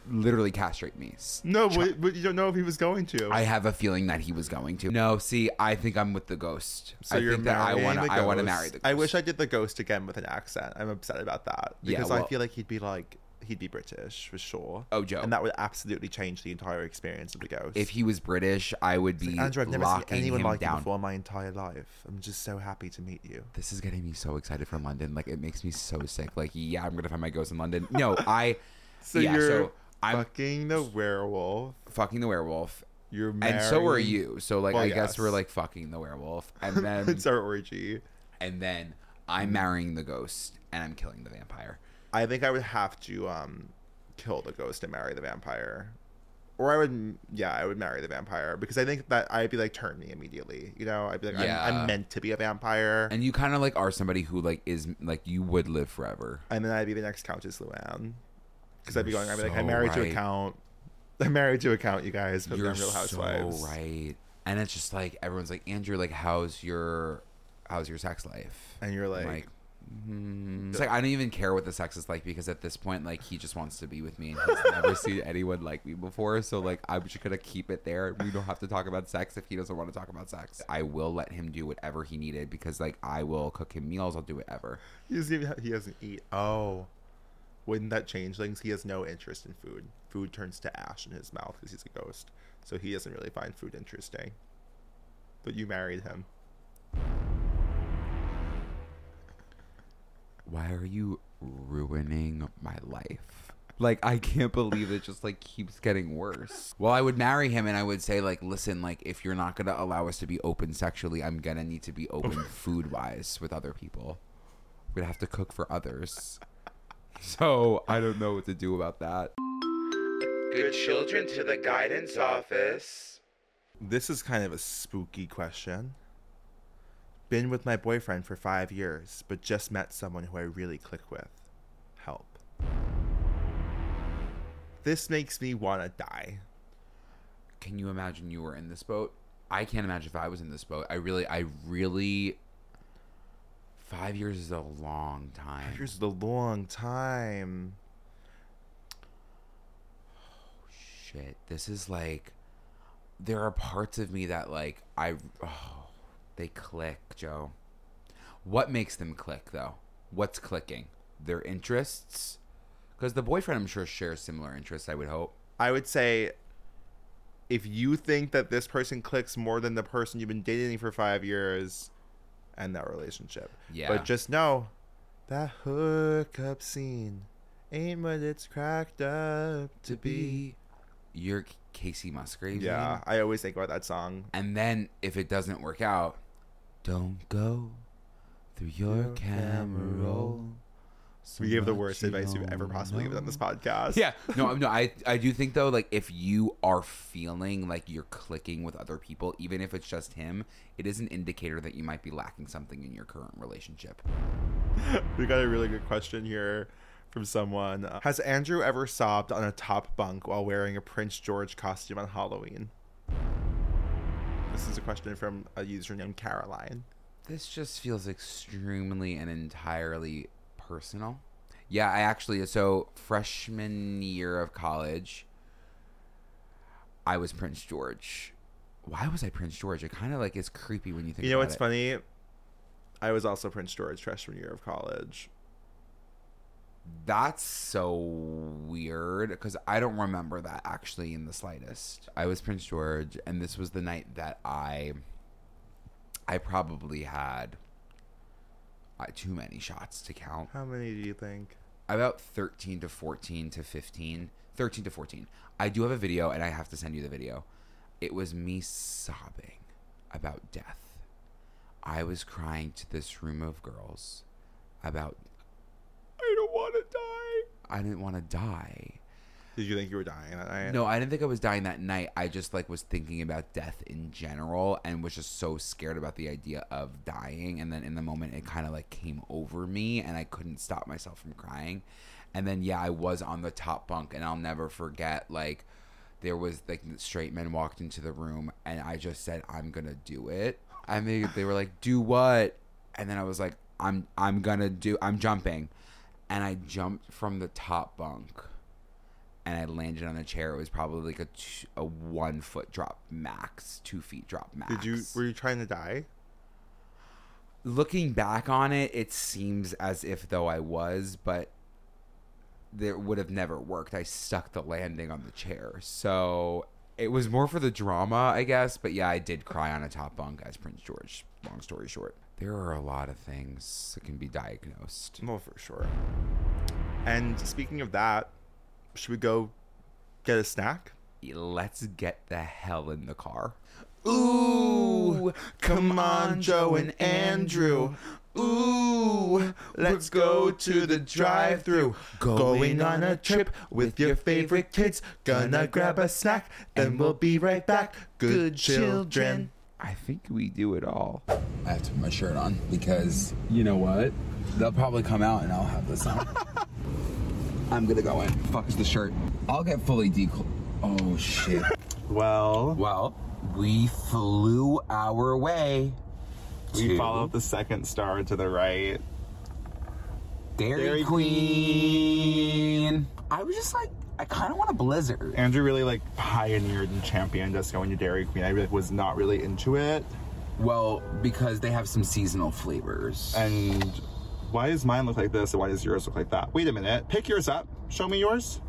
Speaker 2: literally castrate me. S-
Speaker 1: No, but, but you don't know if he was going to.
Speaker 2: I have a feeling that he was going to. No, see, I think I'm with the ghost. I think that I
Speaker 1: marrying
Speaker 2: want to.
Speaker 1: the
Speaker 2: I want to
Speaker 1: ghost.
Speaker 2: marry the. ghost.
Speaker 1: I wish I did the ghost again with an accent. I'm upset about that
Speaker 2: Yeah,
Speaker 1: because I
Speaker 2: well-
Speaker 1: feel like he'd be like he'd be British for sure.
Speaker 2: Oh, Joe.
Speaker 1: and that would absolutely change the entire experience of the ghost.
Speaker 2: If he was British, I would be
Speaker 1: Andrew, I've never seen
Speaker 2: locking
Speaker 1: anyone
Speaker 2: him
Speaker 1: like you
Speaker 2: down.
Speaker 1: before in my entire life. I'm just so happy to meet you.
Speaker 2: this is getting me so excited for London. Like it makes me so sick. Like yeah, I'm gonna find my ghost in London. No, I.
Speaker 1: So
Speaker 2: yeah,
Speaker 1: you're
Speaker 2: so I'm
Speaker 1: fucking the werewolf.
Speaker 2: fucking the werewolf,
Speaker 1: You're
Speaker 2: and so are
Speaker 1: marrying-
Speaker 2: you. So like
Speaker 1: Well,
Speaker 2: I guess we're
Speaker 1: yes.
Speaker 2: like fucking the werewolf, and then
Speaker 1: it's Mm. our orgy.
Speaker 2: and then I'm marrying the ghost, and I'm killing the vampire.
Speaker 1: I think I would have to um kill the ghost and marry the vampire. or I would, yeah, I would marry the vampire because I think that I'd be like, turn me immediately. You know, I'd be like,
Speaker 2: Yeah.
Speaker 1: I'm, I'm meant to be a vampire. And,
Speaker 2: And you kind of like are somebody who like is like you would live forever.
Speaker 1: then I'd be the next Countess Luann because I'd be
Speaker 2: You're
Speaker 1: going, I'd be like,
Speaker 2: so
Speaker 1: I'm married to a
Speaker 2: right.
Speaker 1: count. I'm married to a count, you guys, from
Speaker 2: You're
Speaker 1: the Real Housewives.
Speaker 2: so right. And it's just like everyone's like Andrew, like how's your how's your sex life?
Speaker 1: And you're
Speaker 2: I'm
Speaker 1: like,
Speaker 2: like, mm, it's like I don't even care what the sex is like because at this point, like he just wants to be with me and he's never seen anyone like me before. So like I'm just gonna keep it there. and We don't have to talk about sex if he doesn't want to talk about sex. I will let him do whatever he needed because like I will cook him meals. I'll do whatever.
Speaker 1: he doesn't even, he doesn't eat. Oh, wouldn't that change things? He has no interest in food. Food turns to ash in his mouth because he's a ghost. So he doesn't really find food interesting. But you married him.
Speaker 2: Why are you ruining my life? Like I can't believe it just like keeps getting worse. Well, I would marry him and I would say like listen, like if you're not going to allow us to be open sexually, I'm going to need to be open food-wise with other people. We're going to have to cook for others. So, I don't know what to do about that. Good children to the guidance office.
Speaker 1: This is kind of a spooky question. Been with my boyfriend for five years, but just met someone who I really click with. Help. This makes me want to die.
Speaker 2: can you imagine you were in this boat? I can't imagine if I was in this boat. I really, I really. Five years is a long time.
Speaker 1: Here's the long time.
Speaker 2: Shit, this is like. There are parts of me that like I. Oh, they click, Joe. What makes them click though? What's clicking? Their interests, because the boyfriend I'm sure shares similar interests. I would hope.
Speaker 1: I would say if you think that this person clicks more than the person you've been dating for five years, end that relationship.
Speaker 2: Yeah.
Speaker 1: But just know that hookup scene ain't what it's cracked up to be.
Speaker 2: your Casey Musgraves.
Speaker 1: Yeah, I always think about that song.
Speaker 2: And then if it doesn't work out, don't go through your
Speaker 1: Your camera
Speaker 2: camera roll.
Speaker 1: We gave the
Speaker 2: Somebody
Speaker 1: worst advice you've ever
Speaker 2: don't
Speaker 1: possibly given on
Speaker 2: know.
Speaker 1: this podcast.
Speaker 2: Yeah, no, no, I, I do think though, like if you are feeling like you're clicking with other people, even if it's just him, it is an indicator that you might be lacking something in your current relationship.
Speaker 1: We got a really good question here from someone. Uh, Has Andrew ever sobbed on a top bunk while wearing a Prince George costume on Halloween? This is a question from a user named Caroline.
Speaker 2: This just feels extremely and entirely personal. Yeah, I actually so freshman year of college, I was Prince George. Why was I Prince George? It kind of like is creepy when you think.
Speaker 1: You know
Speaker 2: about
Speaker 1: what's
Speaker 2: it.
Speaker 1: funny? I was also Prince George freshman year of college.
Speaker 2: That's so weird because I don't remember that actually in the slightest. I was Prince George, and this was the night that I, I probably had. Uh, too many shots to count.
Speaker 1: How many do you think?
Speaker 2: about 13 to 14 to 15 13 to 14 i do have a video and i have to send you the video it was me sobbing about death i was crying to this room of girls about
Speaker 1: I don't want to die.
Speaker 2: i didn't want to die
Speaker 1: Did you think you were dying that night?
Speaker 2: no i didn't think i was dying that night i just like was thinking about death in general and was just so scared about the idea of dying and then in the moment it kind of like came over me and i couldn't stop myself from crying and then yeah i was on the top bunk and i'll never forget like there was like the straight men walked into the room and i just said i'm gonna do it i mean they were like do what and then i was like i'm i'm gonna do i'm jumping and i jumped from the top bunk and I landed on a chair. It was probably like a t- a one foot drop max, two feet drop max.
Speaker 1: Did you? Were you trying to die?
Speaker 2: Looking back on it, it seems as if though I was, but there would have never worked. I stuck the landing on the chair, so it was more for the drama, I guess. But yeah, I did cry on a top bunk as Prince George. Long story short, there are a lot of things that can be diagnosed.
Speaker 1: Well, for sure. And speaking of that, should we go get a snack?
Speaker 2: let's get the hell in the car. Ooh,
Speaker 1: come on, Joe and Andrew. Ooh, let's go to the drive through. Going on a trip with your favorite kids. Gonna grab a snack, then we'll be right back. Good children.
Speaker 2: I think we do it all. I have to put my shirt on because
Speaker 3: You know what?
Speaker 2: they'll probably come out and I'll have this on. I'm gonna go in. Fuck is the shirt. I'll get fully decal. Oh shit.
Speaker 1: Well,
Speaker 2: well, we flew our way.
Speaker 1: we
Speaker 2: to
Speaker 1: follow the second star to the right.
Speaker 2: Dairy,
Speaker 1: Dairy
Speaker 2: Queen. I was just like, I kind of want a blizzard.
Speaker 1: Andrew really like pioneered and championed us going to Dairy Queen. I really was not really into it.
Speaker 2: Well, because they have some seasonal flavors.
Speaker 1: And why does mine look like this and why does yours look like that? Wait a minute. Pick yours up. Show me yours.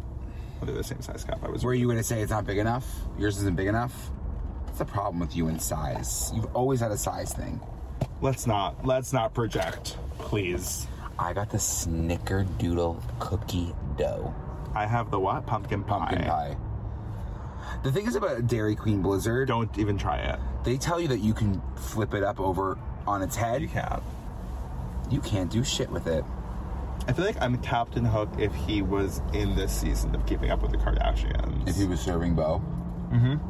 Speaker 1: Oh, they're the same size cup. I was
Speaker 2: Were you gonna say it's not big enough? Yours isn't big enough. That's the problem with you in size. You've always had a size thing.
Speaker 1: Let's not. Let's not project, please.
Speaker 2: I got the snickerdoodle cookie dough.
Speaker 1: I have the what? Pumpkin pie.
Speaker 2: pumpkin pie. The thing is about Dairy Queen Blizzard,
Speaker 1: Don't even try it.
Speaker 2: they tell you that you can flip it up over on its head.
Speaker 1: You can't.
Speaker 2: You can't do shit with it.
Speaker 1: I feel like I'm Captain Hook if he was in this season of Keeping Up with the
Speaker 2: If he
Speaker 1: Kardashians.
Speaker 2: was serving Bo. Mm-hmm.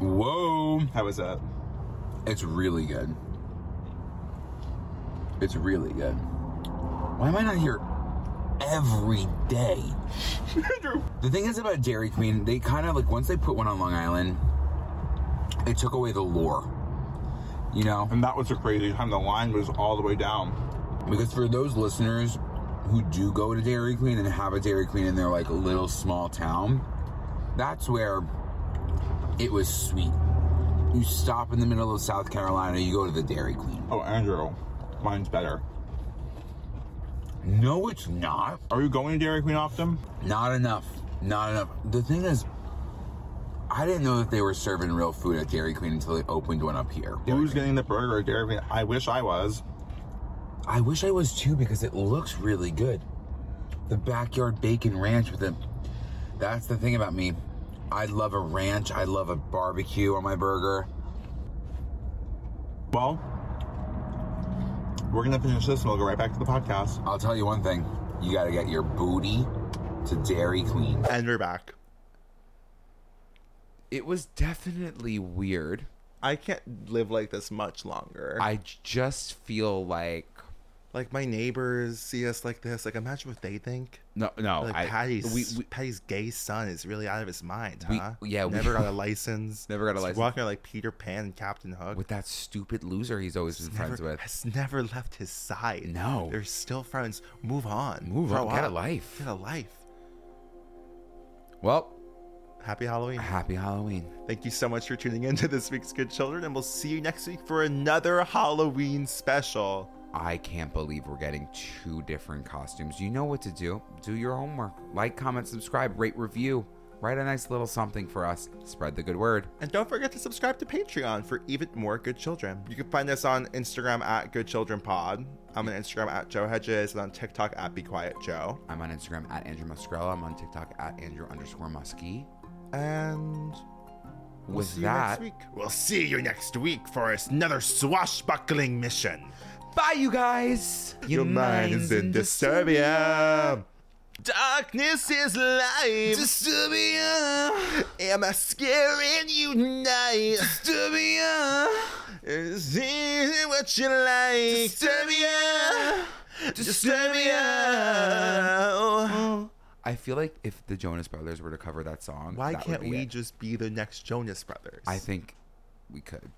Speaker 2: Whoa.
Speaker 1: How was it?
Speaker 2: It's really good. It's really good. Why am I not here every day? the thing is about Dairy Queen, they kind of like once they put one on Long Island, it took away the lore. You know?
Speaker 1: And that was a crazy time. The line was all the way down.
Speaker 2: Because for those listeners who do go to Dairy Queen and have a Dairy Queen in their like little small town, that's where it was sweet. You stop in the middle of South Carolina, you go to the Dairy Queen.
Speaker 1: Oh, Andrew, mine's better.
Speaker 2: No, it's not.
Speaker 1: Are you going to Dairy Queen often?
Speaker 2: Not enough. Not enough. The thing is, I didn't know that they were serving real food at Dairy Queen until they opened one up here.
Speaker 1: Who's getting the burger at Dairy Queen? I wish I was.
Speaker 2: I wish I was too because it looks really good. The backyard bacon ranch with the That's the thing about me. I love a ranch. I love a barbecue on my burger.
Speaker 1: Well, we're gonna finish this and we'll go right back to the podcast.
Speaker 2: I'll tell you one thing. You got to get your booty to Dairy Queen.
Speaker 1: And we're back.
Speaker 4: It was definitely weird.
Speaker 1: I can't live like this much longer.
Speaker 4: I j- just feel like
Speaker 1: like my neighbors see us like this. Like imagine what they think.
Speaker 4: no, no.
Speaker 1: Like
Speaker 4: I,
Speaker 1: Patty's,
Speaker 4: we, we
Speaker 1: Patty's gay son is really out of his mind,
Speaker 4: We-
Speaker 1: huh?
Speaker 4: yeah, we-
Speaker 1: never got a license.
Speaker 4: Never got a
Speaker 1: He's
Speaker 4: license.
Speaker 1: Walking around like Peter Pan and Captain Hook.
Speaker 4: with that stupid loser he's always been
Speaker 1: never,
Speaker 4: friends with.
Speaker 1: has never left his side.
Speaker 4: No.
Speaker 1: they're still friends. Move on.
Speaker 4: Move on.
Speaker 1: Grow
Speaker 4: Get a
Speaker 1: up.
Speaker 4: life.
Speaker 1: Get a life.
Speaker 4: Well,
Speaker 1: Happy Halloween.
Speaker 4: happy Halloween.
Speaker 1: Thank you so much for tuning in to this week's Good Children, and we'll see you next week for another Halloween special.
Speaker 4: I can't believe we're getting two different costumes. You know what to do. Do your homework. Like, comment, subscribe, rate, review. Write a nice little something for us. Spread the good word.
Speaker 1: And don't forget to subscribe to Patreon for even more Good Children. You can find us on Instagram at Good Children Pod. I'm on Instagram at Joe Hedges and on TikTok at Be Quiet Joe.
Speaker 4: I'm on Instagram at Andrew Muscarella. I'm on TikTok at Andrew underscore Muskie.
Speaker 1: And
Speaker 4: With
Speaker 1: we'll see
Speaker 4: that,
Speaker 1: you next week. We'll see you next week for another swashbuckling mission.
Speaker 4: bye, you guys.
Speaker 1: Your mind is in disturbia. Darkness is light. Disturbia. Am I scaring you tonight? Disturbia. Is it what you like? Disturbia. Disturbia.
Speaker 4: I feel like if the Jonas Brothers were to cover that song,
Speaker 1: Why
Speaker 4: that would
Speaker 1: can't
Speaker 4: be
Speaker 1: we
Speaker 4: it.
Speaker 1: just be the next Jonas Brothers?
Speaker 4: I think we could.